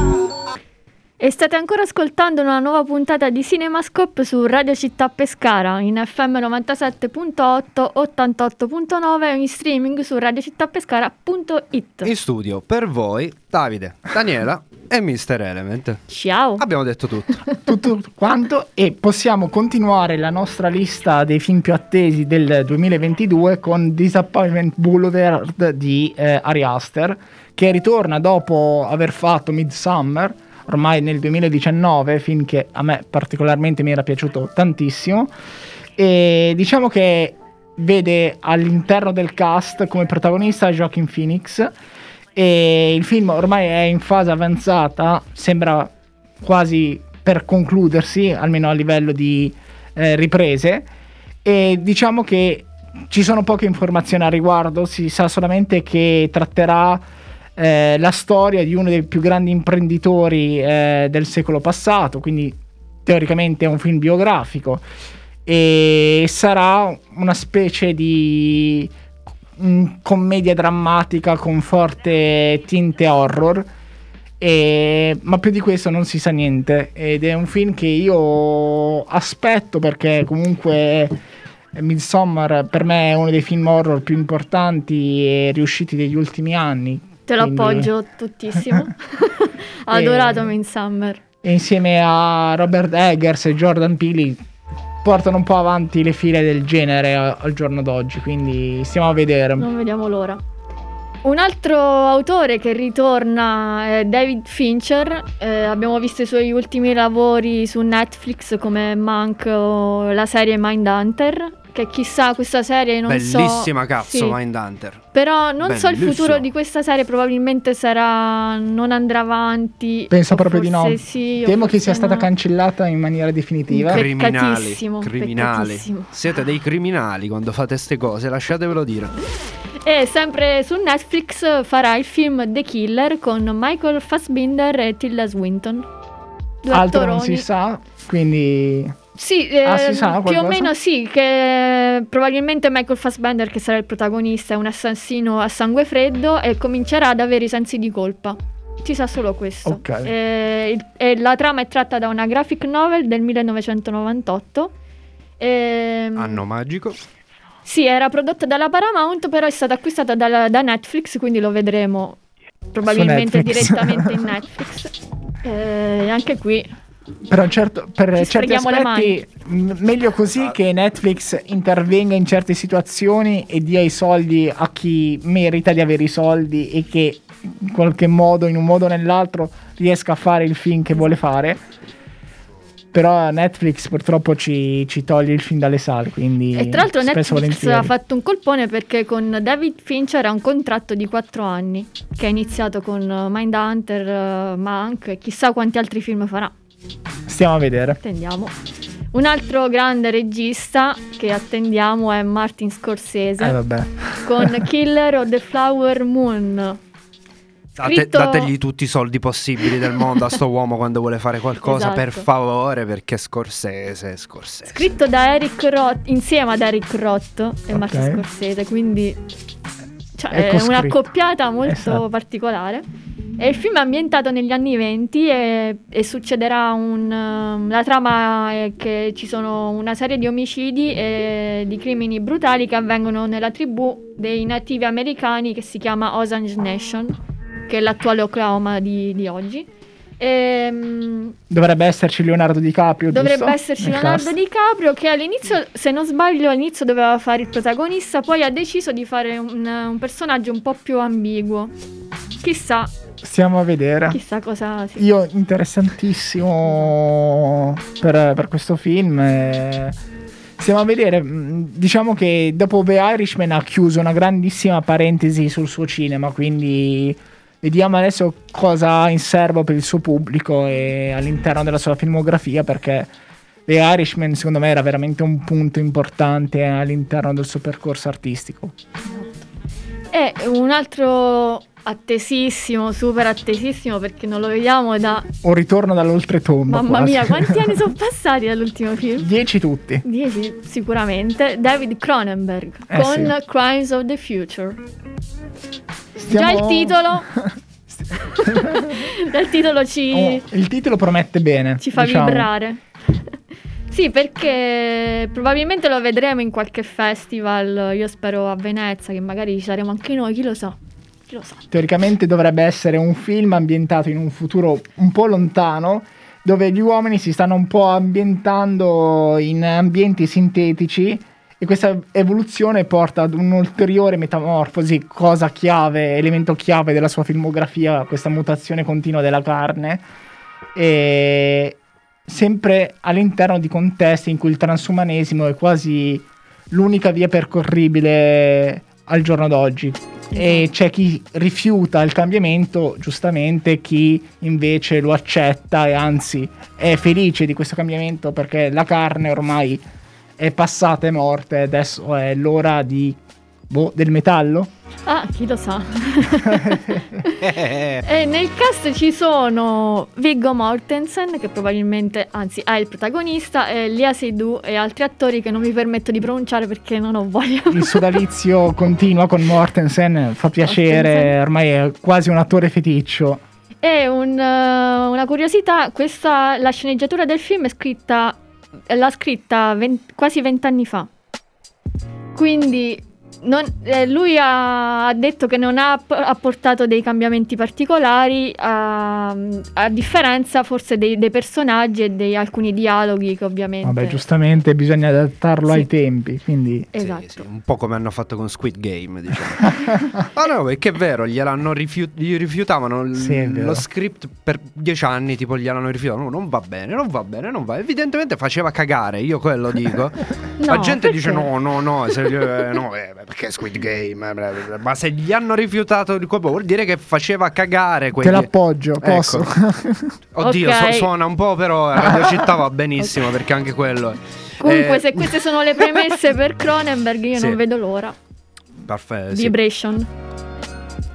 E state ancora ascoltando una nuova puntata di CinemaScope su Radio Città Pescara in FM 97.8, 88.9 e in streaming su radiocittàpescara.it. In studio per voi Davide, Daniela e Mr. Element. Ciao! Abbiamo detto tutto. tutto quanto e possiamo continuare la nostra lista dei film più attesi del 2022 con Disappointment Boulevard di eh, Ari Aster che ritorna dopo aver fatto Midsummer ormai nel 2019 film che a me particolarmente mi era piaciuto tantissimo e diciamo che vede all'interno del cast come protagonista Joaquin Phoenix e il film ormai è in fase avanzata, sembra quasi per concludersi, almeno a livello di eh, riprese, e diciamo che ci sono poche informazioni al riguardo, si sa solamente che tratterà eh, la storia di uno dei più grandi imprenditori eh, del secolo passato, quindi teoricamente è un film biografico e sarà una specie di mm, commedia drammatica con forte tinte horror. E- ma più di questo non si sa niente ed è un film che io aspetto perché comunque Midsommar per me è uno dei film horror più importanti e riusciti degli ultimi anni Te lo quindi- appoggio tuttissimo. Ho adorato Eh. Midsummer. e insieme a Robert Eggers e Jordan Peele portano un po' avanti le file del genere a- al giorno d'oggi, quindi stiamo a vedere. Non vediamo l'ora. Un altro autore che ritorna è David Fincher. Eh, abbiamo visto i suoi ultimi lavori su Netflix come Monk o la serie Mindhunter. Che chissà questa serie non so... Bellissima cazzo, sì. Mindhunter. Però non so il Bellissimo. futuro di questa serie, probabilmente sarà... non andrà avanti. Penso o proprio di no. forse sì, o Temo che forse sia stata no. cancellata in maniera definitiva. Incredibile. Criminali, Peccatissimo, criminali. peccatissimo. Siete dei criminali quando fate ste cose, lasciatevelo dire. E sempre su Netflix farà il film The Killer con Michael Fassbinder e Tilda Swinton. Due Altro non attoroni. si sa, quindi Sì, eh, Ah, si sa più o qualcosa? meno sì, che probabilmente Michael Fassbender, che sarà il protagonista, è un assassino a sangue freddo e comincerà ad avere i sensi di colpa. Si sa solo questo. Ok. Eh, il- e la trama è tratta da una graphic novel del 1998. Ehm, Anno magico. Sì, era prodotta dalla Paramount, però è stata acquistata dalla- da Netflix, quindi lo vedremo probabilmente Netflix. direttamente in Netflix. Eh, anche qui Però certo, per Ci certi freghiamo le aspetti m- meglio così che Netflix intervenga in certe situazioni e dia i soldi a chi merita di avere i soldi e che in qualche modo, in un modo o nell'altro, riesca a fare il film che vuole fare. Però Netflix purtroppo ci, ci toglie il film dalle sale, quindi E tra l'altro spesso Netflix volentieri. ha fatto un colpone perché con David Fincher ha un contratto di 4 anni che è iniziato con eh, Mindhunter, eh, Monk e chissà quanti altri film farà, Stiamo a vedere. attendiamo. Un altro grande regista che attendiamo è Martin Scorsese Eh vabbè. con Killer of the Flower Moon. Date- Scritto- Dategli tutti i soldi possibili del mondo a sto uomo quando vuole fare qualcosa, per Esatto. favore, perché è Scorsese, è Scorsese. Scritto da Eric Roth, insieme ad Eric Roth e Ok. Martin Scorsese, quindi cioè, È è una coscritto. coppiata molto Esatto. particolare. E il film è ambientato negli anni 20 e, e succederà un... ehm, La trama è che ci sono una serie di omicidi e di crimini brutali che avvengono nella tribù dei nativi americani che si chiama Osage Nation, che è l'attuale Oklahoma di, di oggi. Ehm, Dovrebbe esserci Leonardo DiCaprio, Dovrebbe giusto? Eh, esserci Nel Leonardo cast. DiCaprio che all'inizio, se non sbaglio, all'inizio doveva fare il protagonista, poi ha deciso di fare un, un personaggio un po' più ambiguo. Chissà, Stiamo a vedere. chissà cosa... Sì. Io interessantissimo per, per questo film. eh. Stiamo a vedere, mh, diciamo che dopo The Irishman ha chiuso una grandissima parentesi sul suo cinema, quindi vediamo adesso cosa ha in serbo per il suo pubblico e all'interno della sua filmografia perché The Irishman secondo me era veramente un punto importante all'interno del suo percorso artistico. E un altro attesissimo, super attesissimo perché non lo vediamo da... Un ritorno dall'oltretomba. Mamma quasi. mia, quanti anni sono passati dall'ultimo film? Dieci tutti. 10 sicuramente, David Cronenberg Eh, con Crimes of the Future. Già il Stiamo- titolo, dal titolo ci... Oh, il titolo promette bene. Ci fa diciamo. vibrare. sì, perché probabilmente lo vedremo in qualche festival, io spero a Venezia, che magari ci saremo anche noi, chi lo sa. Chi lo sa. Teoricamente dovrebbe essere un film ambientato in un futuro un po' lontano, dove gli uomini si stanno un po' ambientando in ambienti sintetici e questa evoluzione porta ad un'ulteriore metamorfosi, cosa chiave, elemento chiave della sua filmografia, questa mutazione continua della carne. E sempre all'interno di contesti in cui il transumanesimo è quasi l'unica via percorribile al giorno d'oggi. E c'è chi rifiuta il cambiamento, giustamente, chi invece lo accetta e anzi è felice di questo cambiamento perché la carne ormai è passata e morta e adesso è l'ora di, boh, del metallo. Ah, chi lo sa. e nel cast ci sono Viggo Mortensen, che probabilmente, anzi, è il protagonista, e Lia Seydoux e altri attori che non mi permetto di pronunciare perché non ho voglia. Il sodalizio continua con Mortensen, fa piacere, Mortensen. ormai è quasi un attore feticcio. E un, eh, una curiosità, questa, la sceneggiatura del film è scritta, l'ha scritta ven- quasi vent'anni fa. Quindi non- eh, lui ha, ha detto che non ha app- apportato dei cambiamenti particolari, a, a differenza forse dei, dei personaggi e di alcuni dialoghi che ovviamente... Vabbè, giustamente bisogna adattarlo Sì. ai tempi, quindi Sì, Esatto. sì, un po' come hanno fatto con Squid Game, diciamo. Ah no, perché è vero, gliel'hanno rifiu- gli rifiutavano l- Sì, è vero. lo script per dieci anni, tipo gliel'hanno rifiutato, no, non va bene, non va bene, non va. Evidentemente faceva cagare, io quello dico. La No, gente dice perché? no, no, no, se- eh, no, eh, perché Squid Game, eh, bla, bla, bla. ma se gli hanno rifiutato il colpo vuol dire che faceva cagare quegli... te l'appoggio, Ecco. posso? Oddio, Ok. su- suona un po', però eh, Radio Città va benissimo perché anche quello... è- Comunque Eh, se queste sono le premesse per Cronenberg io Sì. non vedo l'ora. Parfè, sì. Vibration.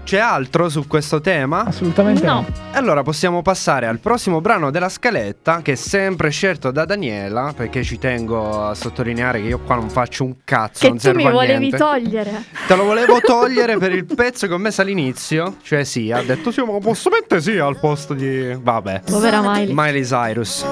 C'è altro su questo tema? Assolutamente no. No. E allora possiamo passare al prossimo brano della scaletta che è sempre scelto da Daniela perché ci tengo a sottolineare che io qua non faccio un cazzo, Che non tu servo mi a volevi niente. togliere. Te lo volevo togliere per il pezzo che ho messo all'inizio, cioè sì, ha detto sì, ma lo posso mettere sì al posto di vabbè. Povera Miley. Miley Cyrus.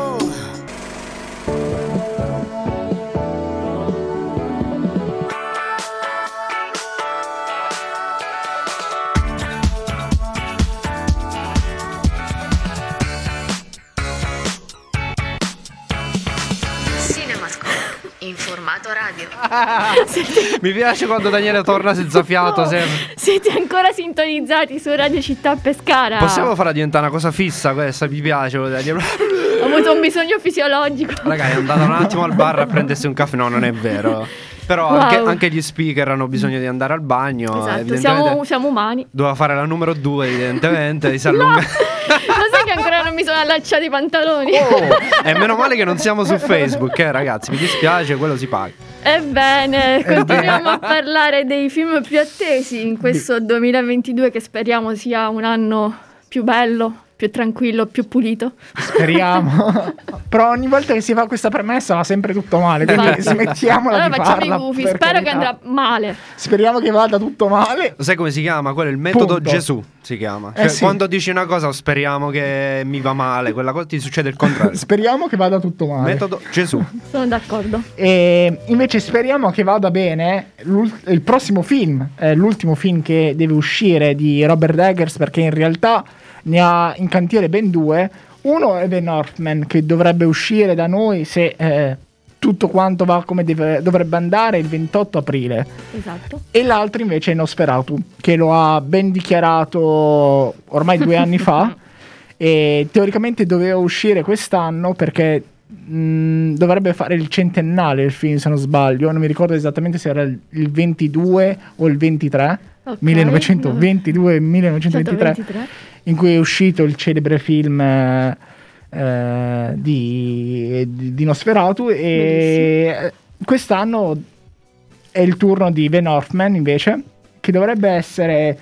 Cinemascope in formato radio. Mi piace quando Daniele torna senza fiato No, sempre. Siete ancora sintonizzati su Radio Città Pescara. Possiamo farla diventare una cosa fissa questa, mi piace. volevo dire. Ho avuto un bisogno fisiologico. Raga, è andato un attimo al bar a prendersi un caffè. No, non è vero. Però Wow. anche, anche gli speaker hanno bisogno di andare al bagno. Esatto, Evidentemente siamo, siamo umani. doveva fare la numero due, evidentemente. di si No! allunga- Lo sai che ancora non mi sono allacciati i pantaloni? Oh, e meno male che non siamo su Facebook, eh, ragazzi. Mi dispiace, quello si paga. Ebbene, continuiamo a parlare dei film più attesi in questo 2022 che speriamo sia un anno più bello, più tranquillo, più pulito. Speriamo. Però ogni volta che si fa questa premessa va sempre tutto male. Quindi Infatti. smettiamola Esatto. Allora di facciamo farla, i gufi, per spero che carità. andrà male. Speriamo che vada tutto male. Lo sai come si chiama? Quello è il metodo Punto. Gesù. Si chiama. Eh, Cioè, sì. Quando dici una cosa, speriamo che mi va male. Quella cosa ti succede il contrario. Speriamo che vada tutto male. metodo Gesù. Sono d'accordo. E invece speriamo che vada bene l'ul- il prossimo film, eh, l'ultimo film che deve uscire di Robert Eggers perché in realtà ne ha in cantiere ben due. Uno è The Northman che dovrebbe uscire da noi se eh, tutto quanto va come deve- dovrebbe andare il 28 aprile. Esatto. E l'altro invece è Nosferatu, che lo ha ben dichiarato ormai due anni fa. E teoricamente doveva uscire quest'anno perché mh, dovrebbe fare il centennale il film, se non sbaglio. Non mi ricordo esattamente se era il il 22 o il 23. Ok. 1922-1923 123. in cui è uscito il celebre film eh, eh, di, di, di Nosferatu e eh, quest'anno è il turno di Van Northman invece che dovrebbe essere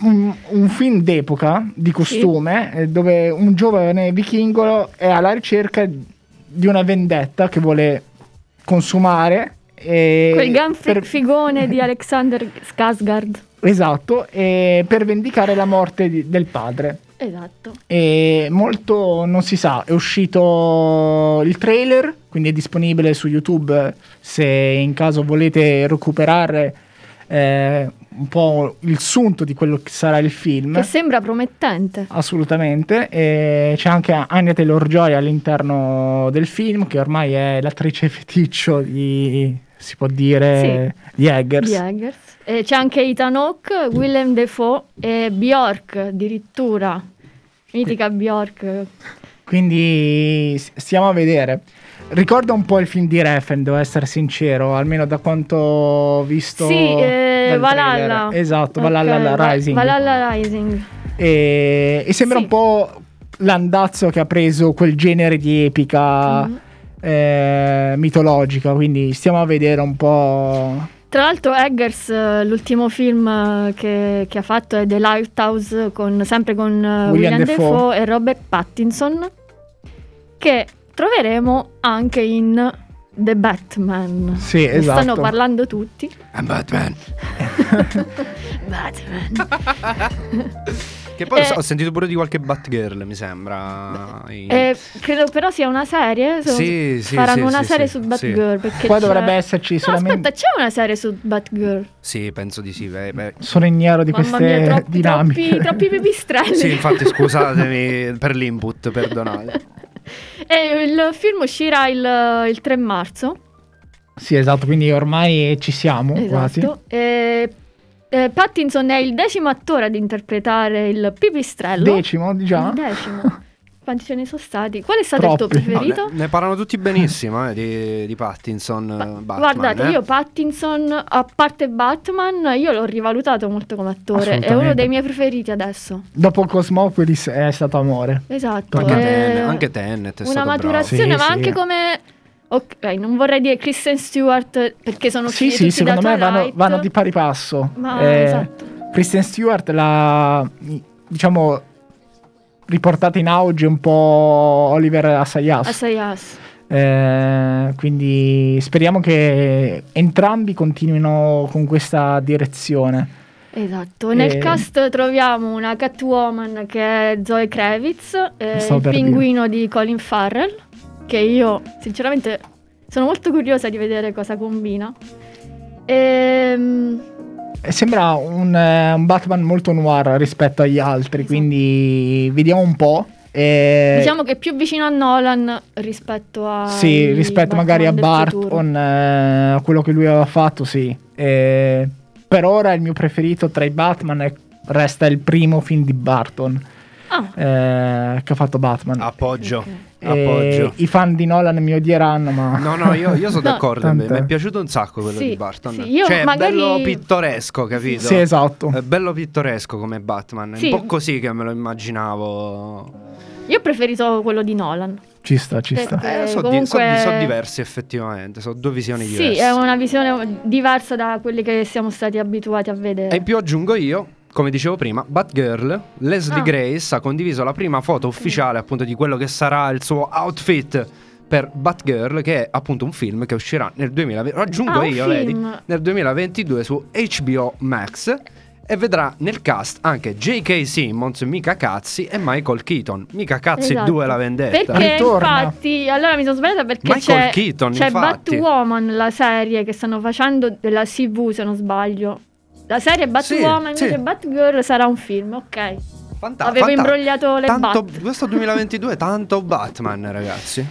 un, un film d'epoca di costume eh, dove un giovane vichingolo è alla ricerca di una vendetta che vuole consumare e Quel gran fi- per- figone di Alexander Skarsgård. Esatto, e per vendicare la morte di- del padre. Esatto. E molto non si sa, è uscito il trailer, quindi è disponibile su YouTube eh, se in caso volete recuperare eh, un po' il sunto di quello che sarà il film. Che sembra promettente. Assolutamente, e c'è anche Anya Taylor Joy all'interno del film, che ormai è l'attrice feticcio di, si può dire, di Eggers. Di Eggers. E c'è anche Ethan Hawke, Willem Dafoe e Bjork addirittura. Mitica Bjork. Quindi s- stiamo a vedere. Ricorda un po' il film di Refn, devo essere sincero, almeno da quanto ho visto. Sì, eh, dal Valhalla. trailer. Esatto, Ok, Valhalla Va- Rising. Valhalla Rising. E, e sembra Sì. un po' l'andazzo che ha preso quel genere di epica Mhm. eh, mitologica, quindi stiamo a vedere un po'... Tra l'altro Eggers, eh, l'ultimo film eh, che, che ha fatto è The Lighthouse, con, sempre con eh, William William Dafoe. Dafoe e Robert Pattinson, che troveremo anche in The Batman. Sì, Ne Stanno esatto. parlando tutti. I'm Batman. Batman. Che poi Eh. ho sentito pure di qualche Batgirl, mi sembra. in- Eh, credo però sia una serie. se non- Sì, sì, faranno sì, una sì, serie sì, su sì. Batgirl. perché Qua c'è- dovrebbe esserci No, solamente... aspetta, c'è una serie su Batgirl. Sì, penso di sì. beh, beh. Sono ignaro di Mamma queste mia, troppi, dinamiche. troppi, troppi pipistrelli. Sì, infatti, scusatemi per l'input, perdonate. E Eh, il film uscirà il, il 3 marzo. Sì, esatto, quindi ormai ci siamo Eh, quasi. Esatto. E, eh, Pattinson è il decimo attore ad interpretare il pipistrello. Decimo, diciamo. Il decimo. Quanti ce ne sono stati? Qual è stato il tuo Troppi. No, preferito? ne, ne parlano tutti benissimo eh, di, di Pattinson. eh, Batman, Guardate, eh. io Pattinson, a parte Batman, io l'ho rivalutato molto come attore. È uno Assolutamente. dei miei preferiti adesso. Dopo Cosmopolis è stato amore. Esatto. Anche, eh, Tenet, anche Tenet è una stato maturazione- maturazione, Sì, ma sì. anche come. Ok, non vorrei dire Kristen Stewart perché sono sì, usciti sì, tutti da secondo me vanno, Twilight. vanno di pari passo. Ma Eh, esatto. Kristen Stewart l'ha, diciamo, riportata in auge un po' Oliver Assayas. Asayas. Eh, quindi speriamo che entrambi continuino con questa direzione. Esatto, nel E- cast troviamo una Catwoman che è Zoe Kravitz, eh, Stavo il per pinguino di Colin Farrell, che io sinceramente sono molto curiosa di vedere cosa combina. Ehm, Eh, Sembra un, eh, un Batman molto noir rispetto agli altri, Esatto. quindi vediamo un po'. Eh, E diciamo che è più vicino a Nolan rispetto a... sì, rispetto magari a Barton, eh, a quello che lui aveva fatto, sì. Eh, per ora il mio preferito tra i Batman è- resta il primo film di Barton Ah, eh, che ha fatto Batman. Appoggio. Ok. Eh, Appoggio. I fan di Nolan mi odieranno, ma... No, no, io, io sono No. d'accordo. Mi mi Tant'è. è piaciuto un sacco quello Sì, di Barton. sì, io cioè, è magari- bello pittoresco, capito? Sì, esatto. È bello pittoresco come Batman. Sì. È un po' così che me lo immaginavo. io ho preferito quello di Nolan. Ci sta, ci Perché sta. Eh, sono comunque- diversi effettivamente, sono due visioni Sì, diverse. è una visione diversa da quelle che siamo stati abituati a vedere. E in più aggiungo io, come dicevo prima, Batgirl, Leslie Ah. Grace ha condiviso la prima foto ufficiale appunto di quello che sarà il suo outfit per Batgirl, che è appunto un film che uscirà nel 2020, aggiungo Ah, un io, vedi, film. nel 2022 su HBO Max e vedrà nel cast anche J.K. Simmons, Mika Cazzi e Michael Keaton. Mika Cazzi Esatto. 2 la vendetta. Perché Ritorna. infatti, allora mi sono sbagliata perché Michael c'è, Keaton, c'è infatti. Batwoman, la serie che stanno facendo della CV se non sbaglio. La serie Batwoman Sì, invece sì. Batgirl sarà un film, ok. Fanta- Avevo fanta- imbrogliato le tanto, bat. questo 2022 tanto Batman, ragazzi.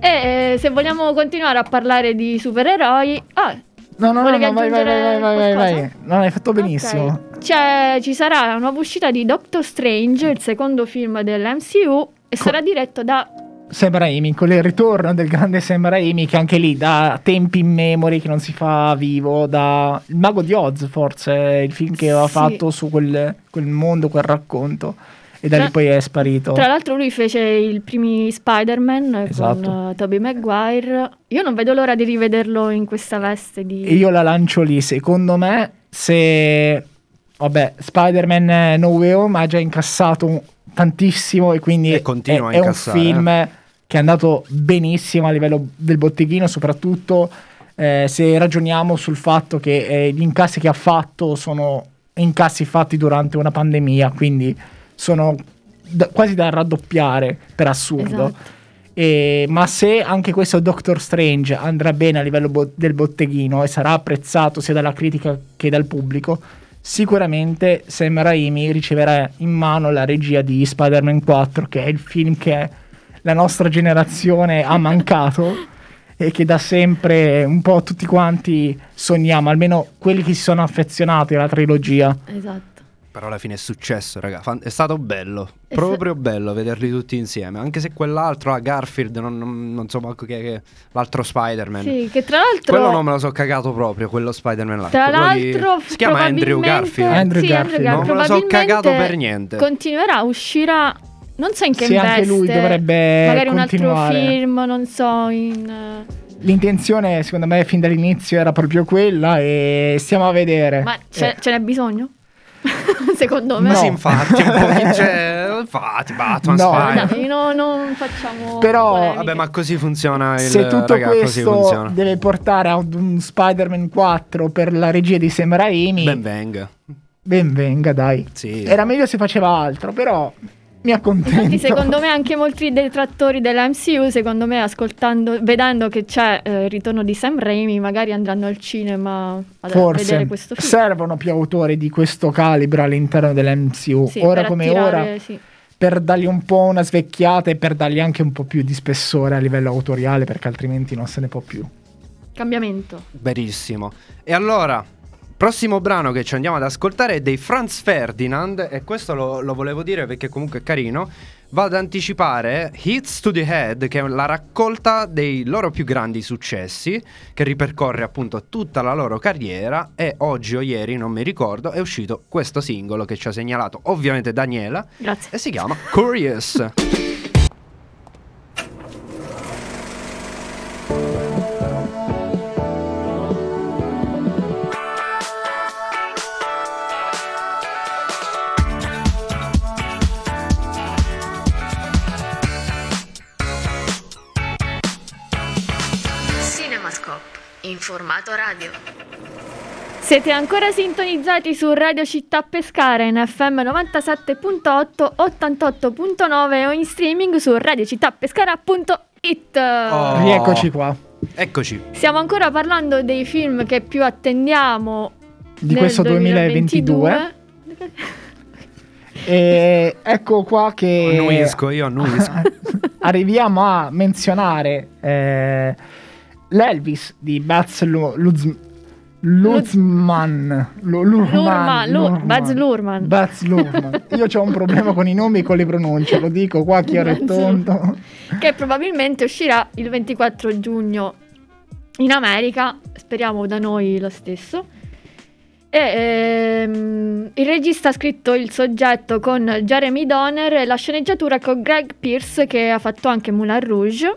E eh, se vogliamo continuare a parlare di supereroi, ah, No, no, no, Volevi no, vai, vai, vai, vai, aggiungere vai, vai, vai. qualcosa? No, hai fatto benissimo. ok. C'è- ci sarà la nuova uscita di Doctor Strange, il secondo film dell'MCU e sarà diretto da Sam Raimi, con il ritorno del grande Sam Raimi che anche lì da tempi immemori che non si fa vivo, da Il Mago di Oz forse, il film che aveva Sì. fatto su quel, quel mondo, quel racconto e da Tra- lì poi è Esatto. sparito. Tra l'altro lui fece i primi Spider-Man eh, Esatto. con eh, Tobey Maguire. Io non vedo l'ora di rivederlo in questa veste di... E io la lancio lì, secondo me se... Vabbè, Spider-Man eh, No Way Home ha già incassato un- tantissimo e quindi E continua è, a è un incassare, eh. film che è andato benissimo a livello del botteghino, soprattutto eh, se ragioniamo sul fatto che eh, gli incassi che ha fatto sono incassi fatti durante una pandemia, quindi sono da- quasi da raddoppiare per assurdo. Esatto. E- ma se anche questo Doctor Strange andrà bene a livello bo- del botteghino e sarà apprezzato sia dalla critica che dal pubblico, sicuramente Sam Raimi riceverà in mano la regia di Spider-Man 4, che è il film che la nostra generazione ha mancato e che da sempre un po' tutti quanti sogniamo, almeno quelli che si sono affezionati alla trilogia. Esatto. Però alla fine è successo, raga. Fan- È stato bello. È Proprio bello vederli tutti insieme. Anche se quell'altro, a Garfield, non, non- non so manco chi è che- l'altro Spider-Man. Sì, che tra l'altro... Quello non me lo so cagato proprio, quello Spider-Man là. Tra Quello di- l'altro, si chiama Andrew probabilmente- Garfield. Andrew sì, Garfield. Andrew Non me lo so probabilmente cagato per niente. Continuerà, uscirà, non so in che Sì, veste. anche lui dovrebbe Magari un continuare. altro film, non so, in... eh, L'intenzione, secondo me, fin dall'inizio era proprio quella e stiamo a vedere. Ma cioè, c'è- Eh. ce n'è bisogno? Secondo me. Ma No. sì, infatti, un po' chi c'è. Infatti, Batman, No. Spider-Man. Dai, no- non facciamo... Però- polemiche. Vabbè, ma così funziona il se tutto raga, così questo funziona. deve portare ad un Spider-Man 4 per la regia di Sam Raimi, Ben ben, venga. venga, dai. Sì. Era meglio se faceva altro, però mi accontento. Infatti, secondo me, anche molti detrattori dell'MCU, secondo me, ascoltando, vedendo che c'è eh, il ritorno di Sam Raimi, magari andranno al cinema a vedere Forse questo film. servono più autori di questo calibro all'interno dell'MCU. Sì, ora per come attirare- ora, sì. per dargli un po' una svecchiata e per dargli anche un po' più di spessore a livello autoriale, perché altrimenti non se ne può più. Cambiamento. Verissimo. E allora, prossimo brano che ci andiamo ad ascoltare è dei Franz Ferdinand, e questo lo, lo volevo dire perché comunque è carino. Va ad anticipare Hits to the Head, che è la raccolta dei loro più grandi successi, che ripercorre appunto tutta la loro carriera. E oggi o ieri, non mi ricordo, è uscito questo singolo che ci ha segnalato ovviamente Daniela, Grazie. Eh. e si chiama Curious. in formato radio. Siete ancora sintonizzati su Radio Città Pescara in FM 97.8, 88.9 o in streaming su radiocittàpescara.it. Oh. Rieccoci qua. Eccoci. Stiamo ancora parlando dei film che più attendiamo Di nel questo 2022. 2022. E ecco qua che. Annuisco, io annuisco. Arriviamo a menzionare eh, l'Elvis di Baz Lu- Luz- Luzman. Lu- Lurman, Lurman. Lu- Lurman. Baz Luhrmann. Baz Luhrmann. Io ho un problema con i nomi e con le pronunce, lo dico qua chiaro e Baz tondo. che probabilmente uscirà il 24 giugno in America, speriamo da noi lo stesso. E, ehm, il regista ha scritto il soggetto con Jeremy Donner e la sceneggiatura con Greg Pierce che ha fatto anche Moulin Rouge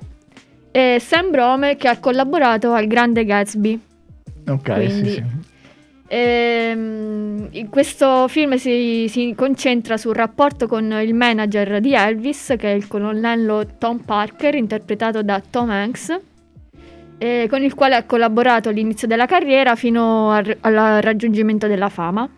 e Sam Brome che ha collaborato al Grande Gatsby. Ok, sì, Quindi- sì. Ehm, in questo film si, si concentra sul rapporto con il manager di Elvis, che è il colonnello Tom Parker, interpretato da Tom Hanks, eh, con il quale ha collaborato all'inizio della carriera fino al, al raggiungimento della fama.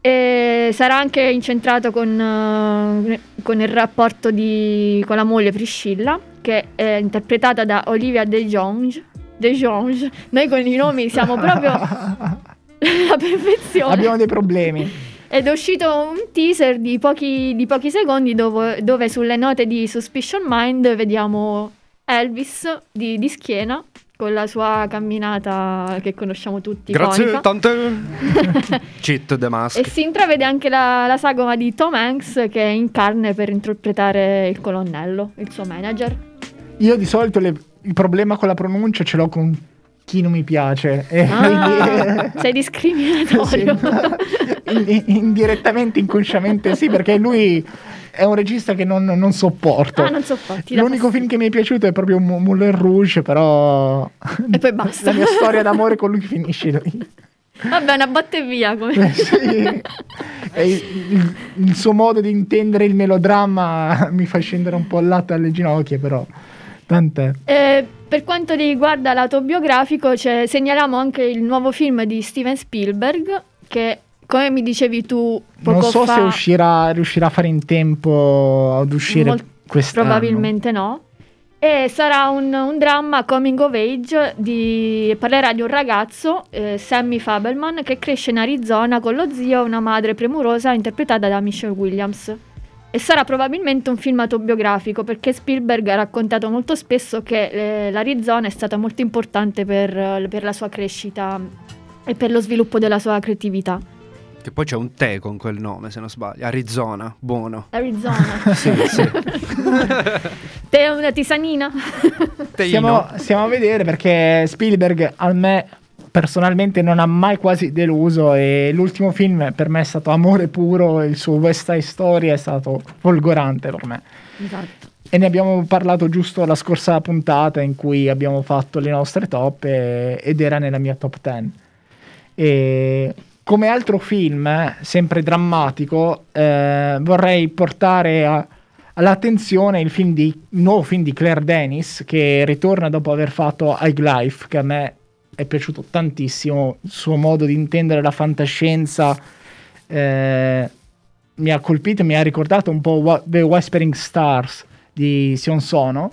E sarà anche incentrato con, eh, con il rapporto di- con la moglie Priscilla, che è interpretata da Olivia De Jonge. De Jonge. Noi con i nomi siamo proprio la perfezione. Abbiamo dei problemi. Ed è uscito un teaser di pochi, di pochi secondi dove, dove sulle note di Suspicion Mind vediamo Elvis di, di schiena con la sua camminata che conosciamo tutti. Grazie iconica. tante. Cheat the mask. E si intravede anche la, la sagoma di Tom Hanks che è in carne per interpretare il colonnello, il suo manager. Io di solito le- il problema con la pronuncia ce l'ho con chi non mi piace. E Ah, quindi- sei discriminatorio. In- in- indirettamente, inconsciamente sì, perché lui è un regista che non, non sopporto. ah, non sopporti. dà L'unico film fastidio. che mi è piaciuto è proprio Mou- Moulin Rouge, però E poi basta. la mia storia d'amore con lui finisce lì. Vabbè, una botte e via. Come... Eh, sì. E il, il- il suo modo di intendere il melodramma mi fa scendere un po' il latte alle ginocchia, però tant'è. Eh, per quanto riguarda l'autobiografico, c'è- segnaliamo anche il nuovo film di Steven Spielberg, che come mi dicevi tu poco non so fa, se uscirà, riuscirà a fare in tempo ad uscire Mol- quest'anno. probabilmente no. E sarà un, un dramma coming of age, di- parlerà di un ragazzo, eh, Sammy Fabelman, che cresce in Arizona con lo zio e una madre premurosa interpretata da Michelle Williams. E sarà probabilmente un film autobiografico perché Spielberg ha raccontato molto spesso che eh, l'Arizona è stata molto importante per, eh, per la sua crescita e per lo sviluppo della sua creatività. Che poi c'è un tè con quel nome, se non sbaglio. Arizona, buono. Arizona. Sì, sì. Te una tisanina? Stiamo, Teino. stiamo a vedere perché Spielberg a me personalmente non ha mai quasi deluso e l'ultimo film per me è stato Amore puro, il suo West Side Story è stato folgorante per me. esatto. E ne abbiamo parlato giusto la scorsa puntata in cui abbiamo fatto le nostre top e- ed era nella mia top 10. E come altro film, eh, sempre drammatico, eh, vorrei portare a- all'attenzione il, film di, il nuovo film di Claire Denis che ritorna dopo aver fatto High Life, che a me è piaciuto tantissimo, il suo modo di intendere la fantascienza. eh, mi ha colpito, mi ha ricordato un po' Wa- The Whispering Stars di Sion Sono,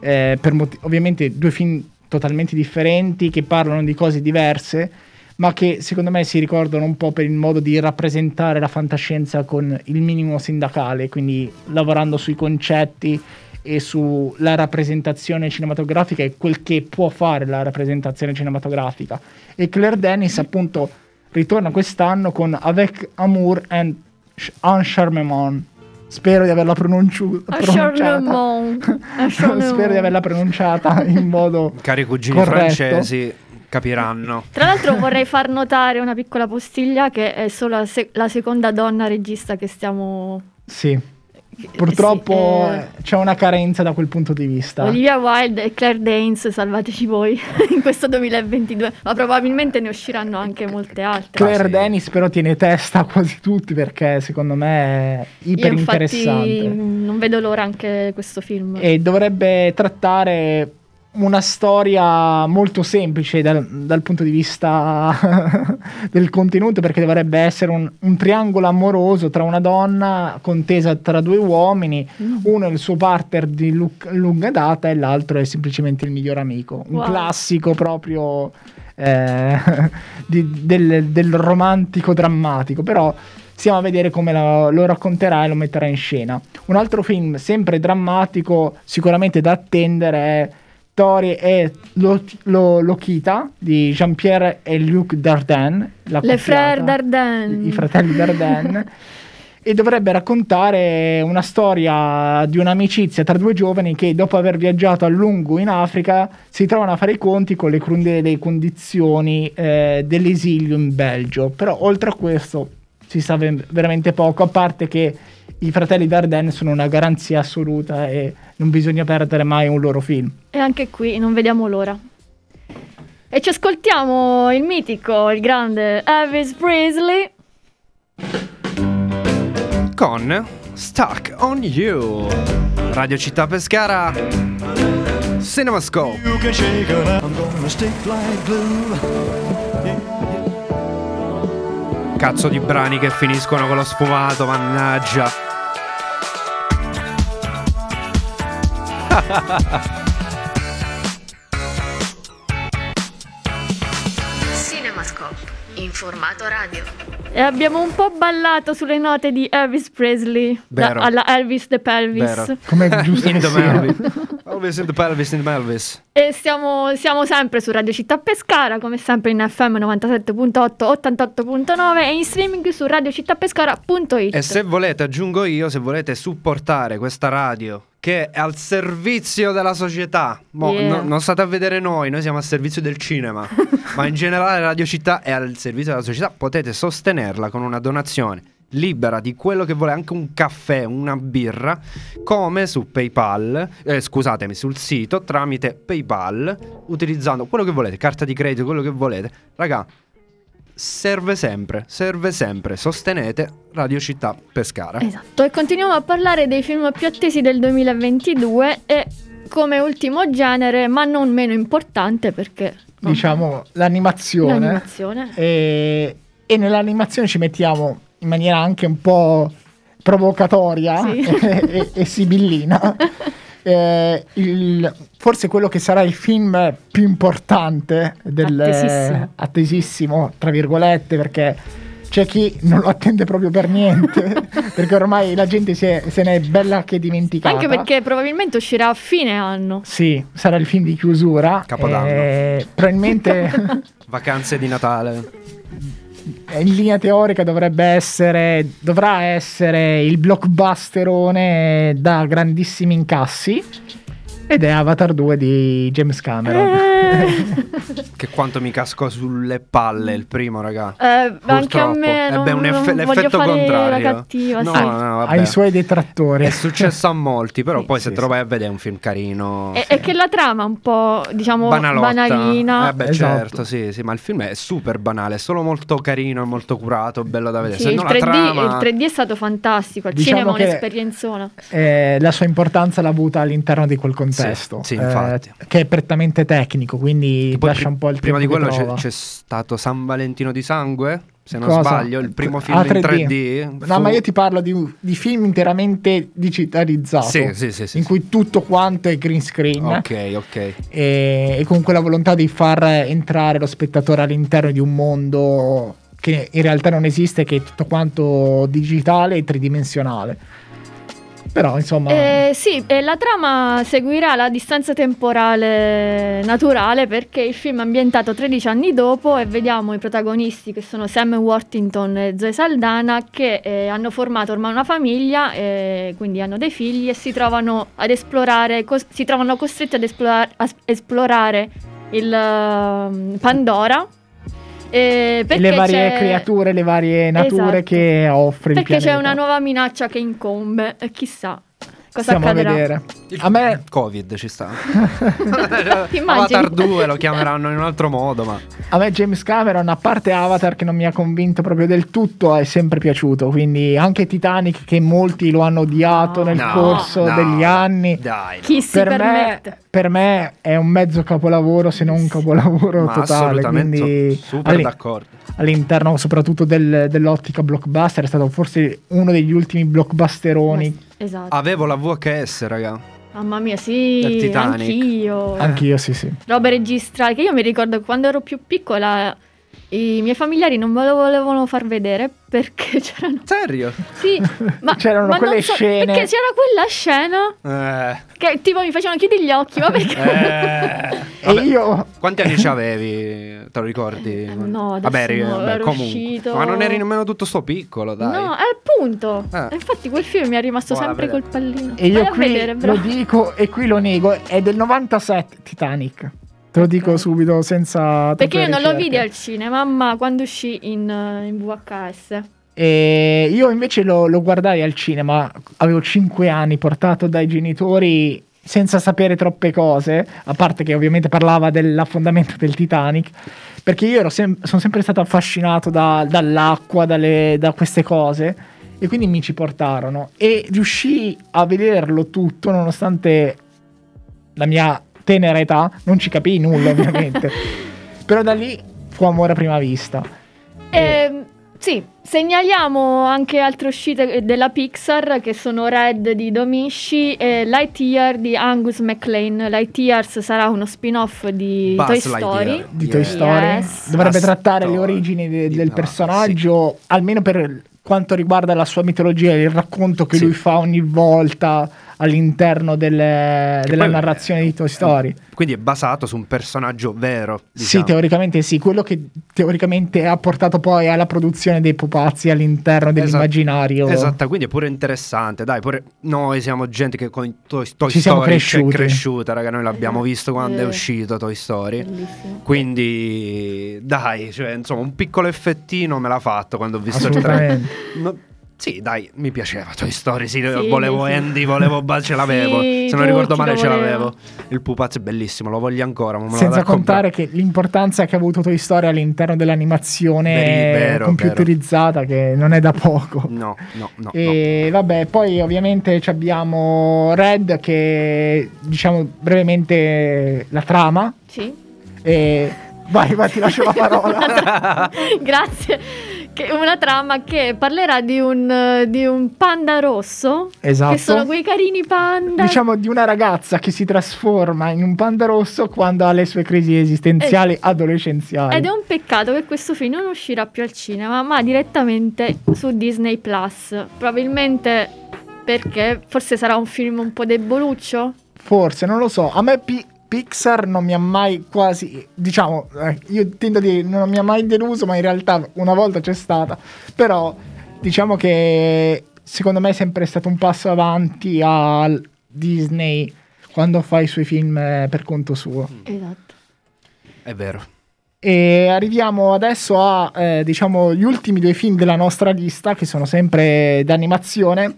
eh, per moti- ovviamente due film totalmente differenti che parlano di cose diverse, ma che secondo me si ricordano un po' per il modo di rappresentare la fantascienza con il minimo sindacale, quindi lavorando sui concetti e sulla rappresentazione cinematografica e quel che può fare la rappresentazione cinematografica. E Claire Dennis appunto ritorna quest'anno con Avec Amour and Sh- Encharmement. Spero di averla pronunciu- pronunciata. Spero di averla pronunciata in modo Cari cugini Corretto. francesi capiranno. Tra l'altro vorrei far notare una piccola postiglia che è solo la, se- la seconda donna regista che stiamo... Sì, che- purtroppo sì, eh, eh, c'è una carenza da quel punto di vista. Olivia Wilde e Claire Danes, salvateci voi in questo 2022, ma probabilmente ne usciranno anche molte altre. Claire Ah, sì. Dennis però tiene testa a quasi tutti perché secondo me è Io iper infatti interessante. mh, non vedo l'ora anche questo film. E dovrebbe trattare una storia molto semplice dal, dal punto di vista del contenuto, perché dovrebbe essere un, un triangolo amoroso tra una donna contesa tra due uomini, uno è il suo partner di lu- lunga data e l'altro è semplicemente il miglior amico. Un Wow. classico proprio eh, di- del, del romantico drammatico, però stiamo a vedere come lo, lo racconterà e lo metterà in scena. Un altro film sempre drammatico, sicuramente da attendere, è Tori e Lo- Lo- Lokita di Jean-Pierre e Luc Dardenne. la Le Frère coppiata Dardenne. i fratelli Dardenne. E dovrebbe raccontare una storia di un'amicizia tra due giovani che, dopo aver viaggiato a lungo in Africa, si trovano a fare i conti con le crudele condizioni eh, dell'esilio in Belgio. Però, oltre a questo, si sa ve- veramente poco, a parte che i fratelli Dardenne sono una garanzia assoluta e non bisogna perdere mai un loro film. E anche qui non vediamo l'ora. E ci ascoltiamo il mitico, il grande Elvis Presley. con Stuck on You. Radio Città Pescara. Cinemascope. You can shake it up. I'm gonna stick like glue. Cazzo di brani che finiscono con lo sfumato, mannaggia. Cinemascope, in formato radio. E abbiamo un po' ballato sulle note di Elvis Presley. da- Vero. alla Elvis the Pelvis. Vero. Come è giusto In che the sia. Melvis. Elvis in the Pelvis, in the Melvis. E siamo, siamo sempre su Radio Città Pescara, come sempre in FM 97.8, 88.9 e in streaming su radiocittapescara.it. E se volete, aggiungo io, se volete supportare questa radio che è al servizio della società, Mo, Yeah. no- non state a vedere noi, noi siamo al servizio del cinema, ma in generale Radio Città è al servizio della società, potete sostenerla con una donazione libera di quello che volete, anche un caffè, una birra, come su PayPal, eh, scusatemi, sul sito tramite PayPal, utilizzando quello che volete, carta di credito, quello che volete. Raga, serve sempre, serve sempre. Sostenete Radio Città Pescara. Esatto, e continuiamo a parlare dei film più attesi del 2022 e come ultimo genere, ma non meno importante perché... no, Diciamo l'animazione. l'animazione. e, e nell'animazione ci mettiamo in maniera anche un po' provocatoria Sì. e, e sibillina. Eh, il- forse quello che sarà il film più importante del Attesissimo. attesissimo, tra virgolette, perché c'è chi non lo attende proprio per niente, perché ormai la gente si è- se ne è bella che dimenticata. Anche perché probabilmente uscirà a fine anno. Sì, sarà il film di chiusura. Capodanno. eh, probabilmente Vacanze di Natale. Eh, in linea teorica dovrebbe essere dovrà essere il blockbusterone da grandissimi incassi ed è Avatar 2 di James Cameron Eh. Che quanto mi cascò sulle palle il primo, raga. Eh, anche a Purtroppo. me non, Ebbe un eff- non voglio l'effetto fare contrario. la cattiva, No, sì. no, vabbè. ai suoi detrattori È successo a molti, però Sì, poi sì, se sì. trovai a vedere è un film carino. E, e che la trama è un po', diciamo, Banalotta. banalina. Eh beh, Esatto. certo, sì, sì, ma il film è super banale, è solo molto carino, molto curato, bello da vedere. Sì, se il, no 3D, la trama... il 3D è stato fantastico, il Diciamo cinema è che- un'esperienzona. Eh, la sua importanza l'ha avuta all'interno di quel contesto eh, Sì, sì, infatti. che è prettamente tecnico quindi Poi lascia pri- un po' il prima di tempo quello che c'è, trova. c'è stato San Valentino di Sangue se non Cosa? sbaglio il primo film Ah, in 3D no fu- ma io ti parlo di, di film interamente digitalizzato sì sì sì, sì, in sì. cui tutto quanto è green screen ok ok e, e con quella volontà di far entrare lo spettatore all'interno di un mondo che in realtà non esiste, che è tutto quanto digitale e tridimensionale. Però insomma, Eh, sì, e la trama seguirà la distanza temporale naturale perché il film è ambientato 13 anni dopo e vediamo i protagonisti che sono Sam Worthington e Zoe Saldana che eh, hanno formato ormai una famiglia, eh, quindi hanno dei figli e si trovano ad esplorare, cos- si trovano costretti ad esplorar- a s- esplorare il ehm, Pandora. eh, e perché le varie c'è- creature, le varie nature Esatto. che offre il perché c'è pianeta. una nuova minaccia che incombe e eh, chissà cosa Stiamo accadrà. a vedere. A me Covid ci sta. Ti immagini? Avatar 2 lo chiameranno in un altro modo, ma A me James Cameron, a parte Avatar che non mi ha convinto proprio del tutto, è sempre piaciuto, quindi anche Titanic che molti lo hanno odiato No. nel No, corso no, degli anni. Dai. no. Chi si Per me, permette? per me è un mezzo capolavoro se non un capolavoro Ma totale, assolutamente quindi super all'in- d'accordo. all'interno soprattutto del- dell'ottica blockbuster è stato forse uno degli ultimi blockbusteroni, Esatto. Avevo la VHS, raga. Mamma mia, Del sì, Titanic. anch'io. anch'io sì sì. Roba registrale, che io mi ricordo che quando ero più piccola i miei familiari non me lo volevano far vedere perché c'erano... Serio? Sì, ma, C'erano ma quelle non so- scene- Perché c'era quella scena Eh. che tipo mi facevano chiudere gli occhi, ma perché... eh. E Vabbè, io Quanti anni ci avevi? Te lo ricordi? Eh, no, adesso vabbè, ri- no, vabbè, ero comunque. uscito. Ma non eri nemmeno tutto sto piccolo, dai. No, è appunto. Ah. Infatti quel film mi è rimasto Vado a sempre col vedere. pallino. E Vai io a qui vedere, lo bro. dico e qui lo nego, è del 97 Titanic. Te lo dico Ok. subito senza... Perché io troppe non lo vidi ricerche. al cinema, ma quando uscì in, eh, in VHS. E io invece lo, lo guardai al cinema, avevo 5 anni, portato dai genitori senza sapere troppe cose, a parte che ovviamente parlava dell'affondamento del Titanic, perché io ero sem- sono sempre stato affascinato da- dall'acqua, dalle- da queste cose, e quindi mi ci portarono. E riuscii a vederlo tutto, nonostante la mia tenera età, non ci capii nulla ovviamente, però da lì fu amore a prima vista. Ehm, sì, segnaliamo anche altre uscite eh, della Pixar che sono Red di Domishi e Lightyear di Angus McLean. Lightyear sarà uno spin-off di Buzz Toy Lightyear. Story. di Yeah. Toy Story Yes. dovrebbe La trattare le storia origini de- di- del ah, personaggio almeno per quanto riguarda la sua mitologia il racconto che Sì. lui fa ogni volta all'interno delle- Che della poi- eh, narrazione di Toy Story Quindi è basato su un personaggio vero. sì diciamo. teoricamente sì quello che teoricamente ha portato poi alla produzione dei pupazzi all'interno dell'immaginario Esatto, quindi è pure interessante. Dai, pure noi siamo gente che con Toy, Toy Ci siamo Story ci è cresciuti. cresciuta, raga. Noi l'abbiamo visto quando è Eh. uscito Toy Story. Bellissimo. Quindi, dai, cioè, insomma, un piccolo effettino me l'ha fatto quando ho visto il trailer. assolutamente No, sì, dai, mi piaceva Toy Story. Sì, Sì, volevo sì. Andy, volevo ba- ce l'avevo. Sì, Se non ricordo tutti lo male, ce volevano. l'avevo. Il pupazzo è bellissimo, lo voglio ancora. ma me lo vado senza a comprare. contare che l'importanza che ha avuto Toy Story all'interno dell'animazione Veri- vero, computerizzata che non è da poco No, no, no. E vabbè, poi ovviamente ci abbiamo Red che diciamo brevemente la trama. Sì. E... Vai, vai, ti lascio la parola. Grazie. Che una trama che parlerà di un, eh, di un panda rosso. Esatto. Che sono quei carini panda. Diciamo di una ragazza che si trasforma in un panda rosso quando ha le sue crisi esistenziali adolescenziali. Esatto. Ed è un peccato che questo film non uscirà più al cinema, ma direttamente su Disney Plus. Probabilmente perché forse sarà un film un po' deboluccio. Forse, non lo so. A me Pi- Pixar non mi ha mai quasi. Diciamo, eh, io tendo a dire non mi ha mai deluso, ma in realtà una volta c'è stata. Però diciamo che secondo me è sempre stato un passo avanti al Disney quando fa i suoi film eh, per conto suo. Esatto. È vero. E arriviamo adesso a, eh, diciamo, gli ultimi due film della nostra lista, che sono sempre d'animazione.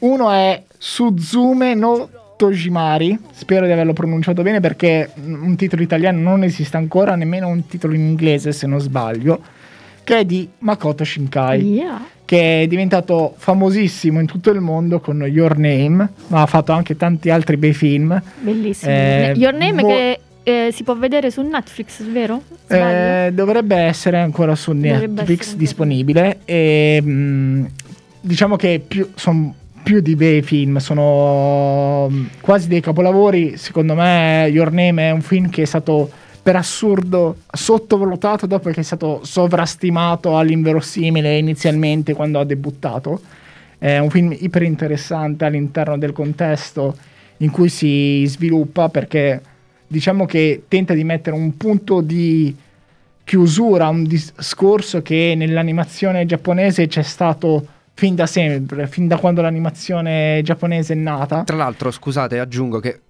Uno è Suzume no Tojimari, spero di averlo pronunciato bene perché mm, un titolo italiano non esiste ancora, nemmeno un titolo in inglese se non sbaglio, che è di Makoto Shinkai Yeah. che è diventato famosissimo in tutto il mondo con Your Name, ma ha fatto anche tanti altri bei film. Bellissimo. Eh, Your Name boh- che eh, si può vedere su Netflix, vero? Sbaglio? Eh, dovrebbe essere ancora su Dovrebbe essere Netflix ancora. disponibile. E, mh, diciamo che sono più di bei film, sono mh, quasi dei capolavori. Secondo me, Your Name è un film che è stato per assurdo sottovalutato dopo che è stato sovrastimato all'inverosimile inizialmente quando ha debuttato. È un film iper interessante all'interno del contesto in cui si sviluppa perché diciamo che tenta di mettere un punto di chiusura a un discorso che nell'animazione giapponese c'è stato fin da sempre, fin da quando l'animazione giapponese è nata. Tra l'altro, scusate, aggiungo che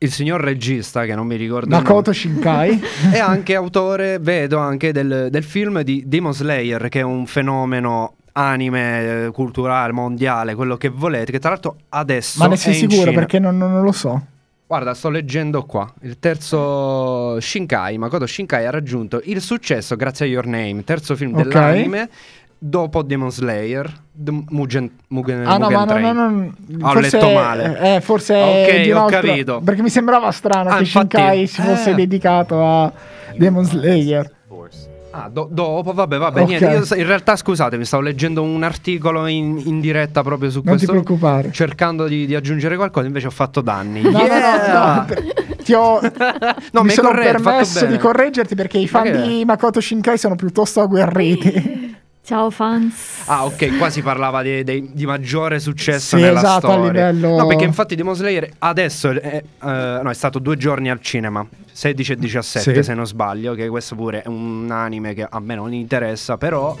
il signor regista, che non mi ricordo. il Makoto Shinkai. nome, è anche autore, vedo anche del, del film di Demon Slayer, che è un fenomeno anime eh, culturale, mondiale, quello che volete, che tra l'altro adesso... Ma ne sei è in sicuro Cina. perché non, non- non lo so. Guarda, sto leggendo qua. Il terzo Shinkai, Makoto Shinkai ha raggiunto il successo grazie a Your Name, terzo film Ok. dell'anime, dopo Demon Slayer, The Mugen, Mugen, Ah no, Eh, Mugen ma no, Train. no, no, Ho forse- letto male. eh, forse Ok, è di un ho altro- capito. Perché mi sembrava strano Ah, che infatti- Shinkai si fosse eh. dedicato a Demon Slayer. Ah, do- dopo, vabbè, vabbè, Ok. niente, io s- in realtà scusatemi, stavo leggendo un articolo in, in diretta proprio su Non ti questo, preoccupare. cercando di, di aggiungere qualcosa, invece ho fatto danni. No, no, no, Yeah! no. Ti ho No, mi mi hai sono corretto, fatto permesso bene. di correggerti perché i fan Ma che è? di Makoto Shinkai sono piuttosto agguerriti. Ciao fans. Ah, ok, qua si parlava di, dei- di maggiore successo Sì, nella esatto, a storia. livello- No, perché infatti Demon Slayer adesso è, eh, no, è stato due giorni al cinema, 16 e 17 Sì. se non sbaglio, che questo pure è un anime che a me non interessa, però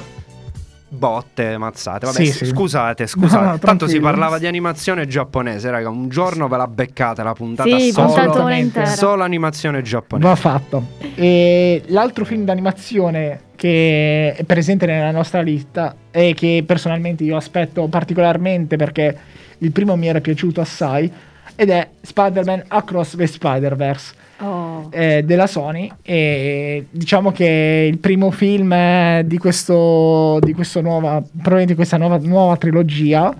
botte, mazzate. Vabbè, Sì, s- sì. scusate, scusate. No, no, Tanto si tranquillo. parlava di animazione giapponese, raga, un giorno ve la beccate la puntata Sì, solo, puntata assolutamente. intera. solo animazione giapponese. Va fatto. E l'altro film d'animazione che è presente nella nostra lista e che personalmente io aspetto particolarmente perché il primo mi era piaciuto assai ed è Spider-Man Across the Spider-Verse. Oh. eh, della Sony e diciamo che il primo film eh, di questo di questo nuova probabilmente di questa nuova, nuova trilogia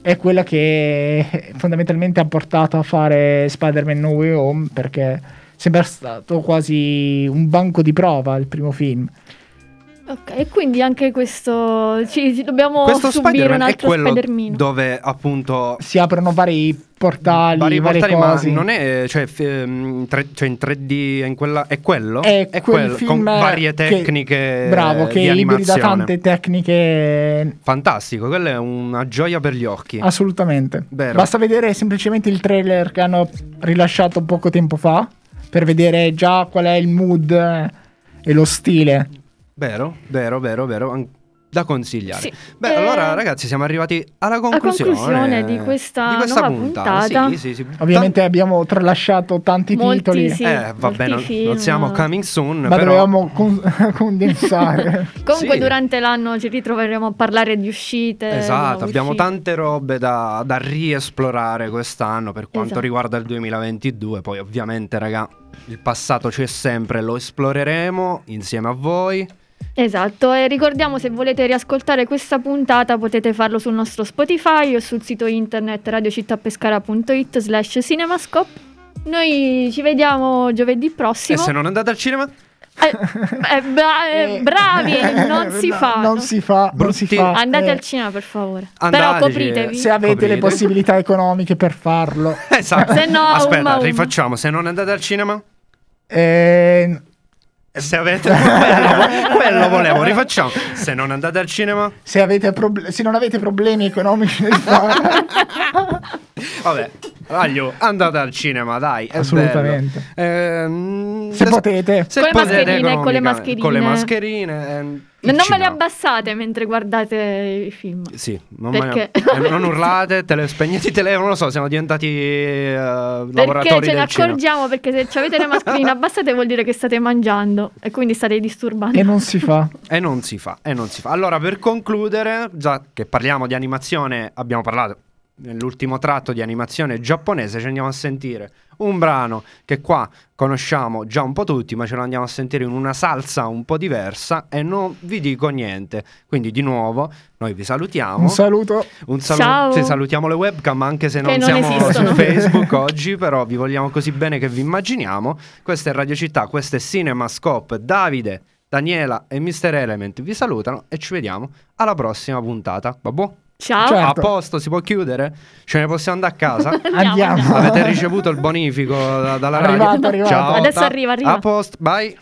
è quella che eh, fondamentalmente ha portato a fare Spider-Man No Way Home perché sembra stato quasi un banco di prova il primo film Ok, e quindi anche questo ci, ci dobbiamo Questo subire Spider-Man un è altro quello Spider-Man. dove appunto si aprono vari portali Vari varie portali, ma cose. non è cioè, f- ehm, tre- cioè in 3D è, in quella, è quello? è, quel quello, film con varie che- tecniche bravo eh, che di ibrida animazione. tante tecniche Fantastico, quella è una gioia per gli occhi. Assolutamente. Vero. Basta vedere semplicemente il trailer che hanno rilasciato poco tempo fa per vedere già qual è il mood eh, e lo stile. vero, vero, vero, vero. an- da consigliare. Sì. Beh, Eh, allora ragazzi, siamo arrivati alla conclusione, conclusione di questa di questa nuova puntata. puntata. Sì, sì, sì. Ovviamente abbiamo tralasciato tanti Molti titoli, sì, Eh, molti vabbè, non, film. non siamo coming soon, ma però dovevamo con- condensare. Comunque Sì. durante l'anno ci ritroveremo a parlare di uscite. di Esatto, nuove abbiamo uscite. tante robe da, da riesplorare quest'anno per quanto Esatto. riguarda il 2022. Poi, ovviamente, raga, il passato c'è sempre, lo esploreremo insieme a voi. Esatto, e ricordiamo se volete riascoltare questa puntata potete farlo sul nostro Spotify o sul sito internet radiocittapescara.it slash cinemascope. Noi ci vediamo giovedì E prossimo. se non andate al cinema, Eh, eh, bra- eh, Eh, bravi, non si no, fa. Non si fa, non si Brutti- fa. Andate Eh, al cinema per favore. Andateci. Però copritevi. se avete le Coprite. possibilità economiche per farlo. esatto. Se no, um, aspetta, um. rifacciamo. Se non andate al cinema, Eh, se avete quello, vo- quello volevo, rifacciamo. Se non andate al cinema, se, avete prob- se non avete problemi economici nel farlo, vabbè, aglio, andate al cinema, dai. è Assolutamente. bello. Ehm, se le- potete. se Con le potete mascherine, con le economicamente- mascherine. Con le mascherine. ehm, Non ci me le va. abbassate mentre guardate i film. Sì, non, Perché? eh, non urlate, tele- spegnete i telefono, non lo so, siamo diventati eh, Perché lavoratori ce ne del cinema. accorgiamo? Perché se avete le mascherine abbassate vuol dire che state mangiando e quindi state disturbando. E non si fa. E non si fa, e non si fa. Allora, per concludere, già che parliamo di animazione, abbiamo parlato nell'ultimo tratto di animazione giapponese, ci andiamo a sentire un brano che qua conosciamo già un po' tutti, ma ce lo andiamo a sentire in una salsa un po' diversa e non vi dico niente. Quindi di nuovo, noi vi salutiamo. Un saluto. Un Ciao. saluto. Sì, salutiamo le webcam anche se non, Che non siamo esistono. su Facebook oggi, però vi vogliamo così bene che vi immaginiamo. Questa è Radio Città, questo è CinemaScope. Davide, Daniela e Mr. Element vi salutano e ci vediamo alla prossima puntata. Vabbè? Ciao. Certo. A posto, si può chiudere? Ce ne possiamo andare a casa? Andiamo. Avete ricevuto il bonifico da- dalla Arrivato, radio? arrivato. Ciao, Adesso ta- arriva, arriva. A posto, bye.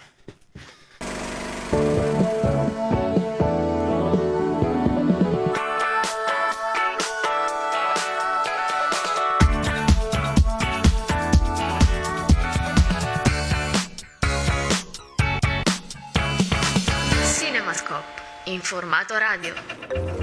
Cinemascope in formato radio.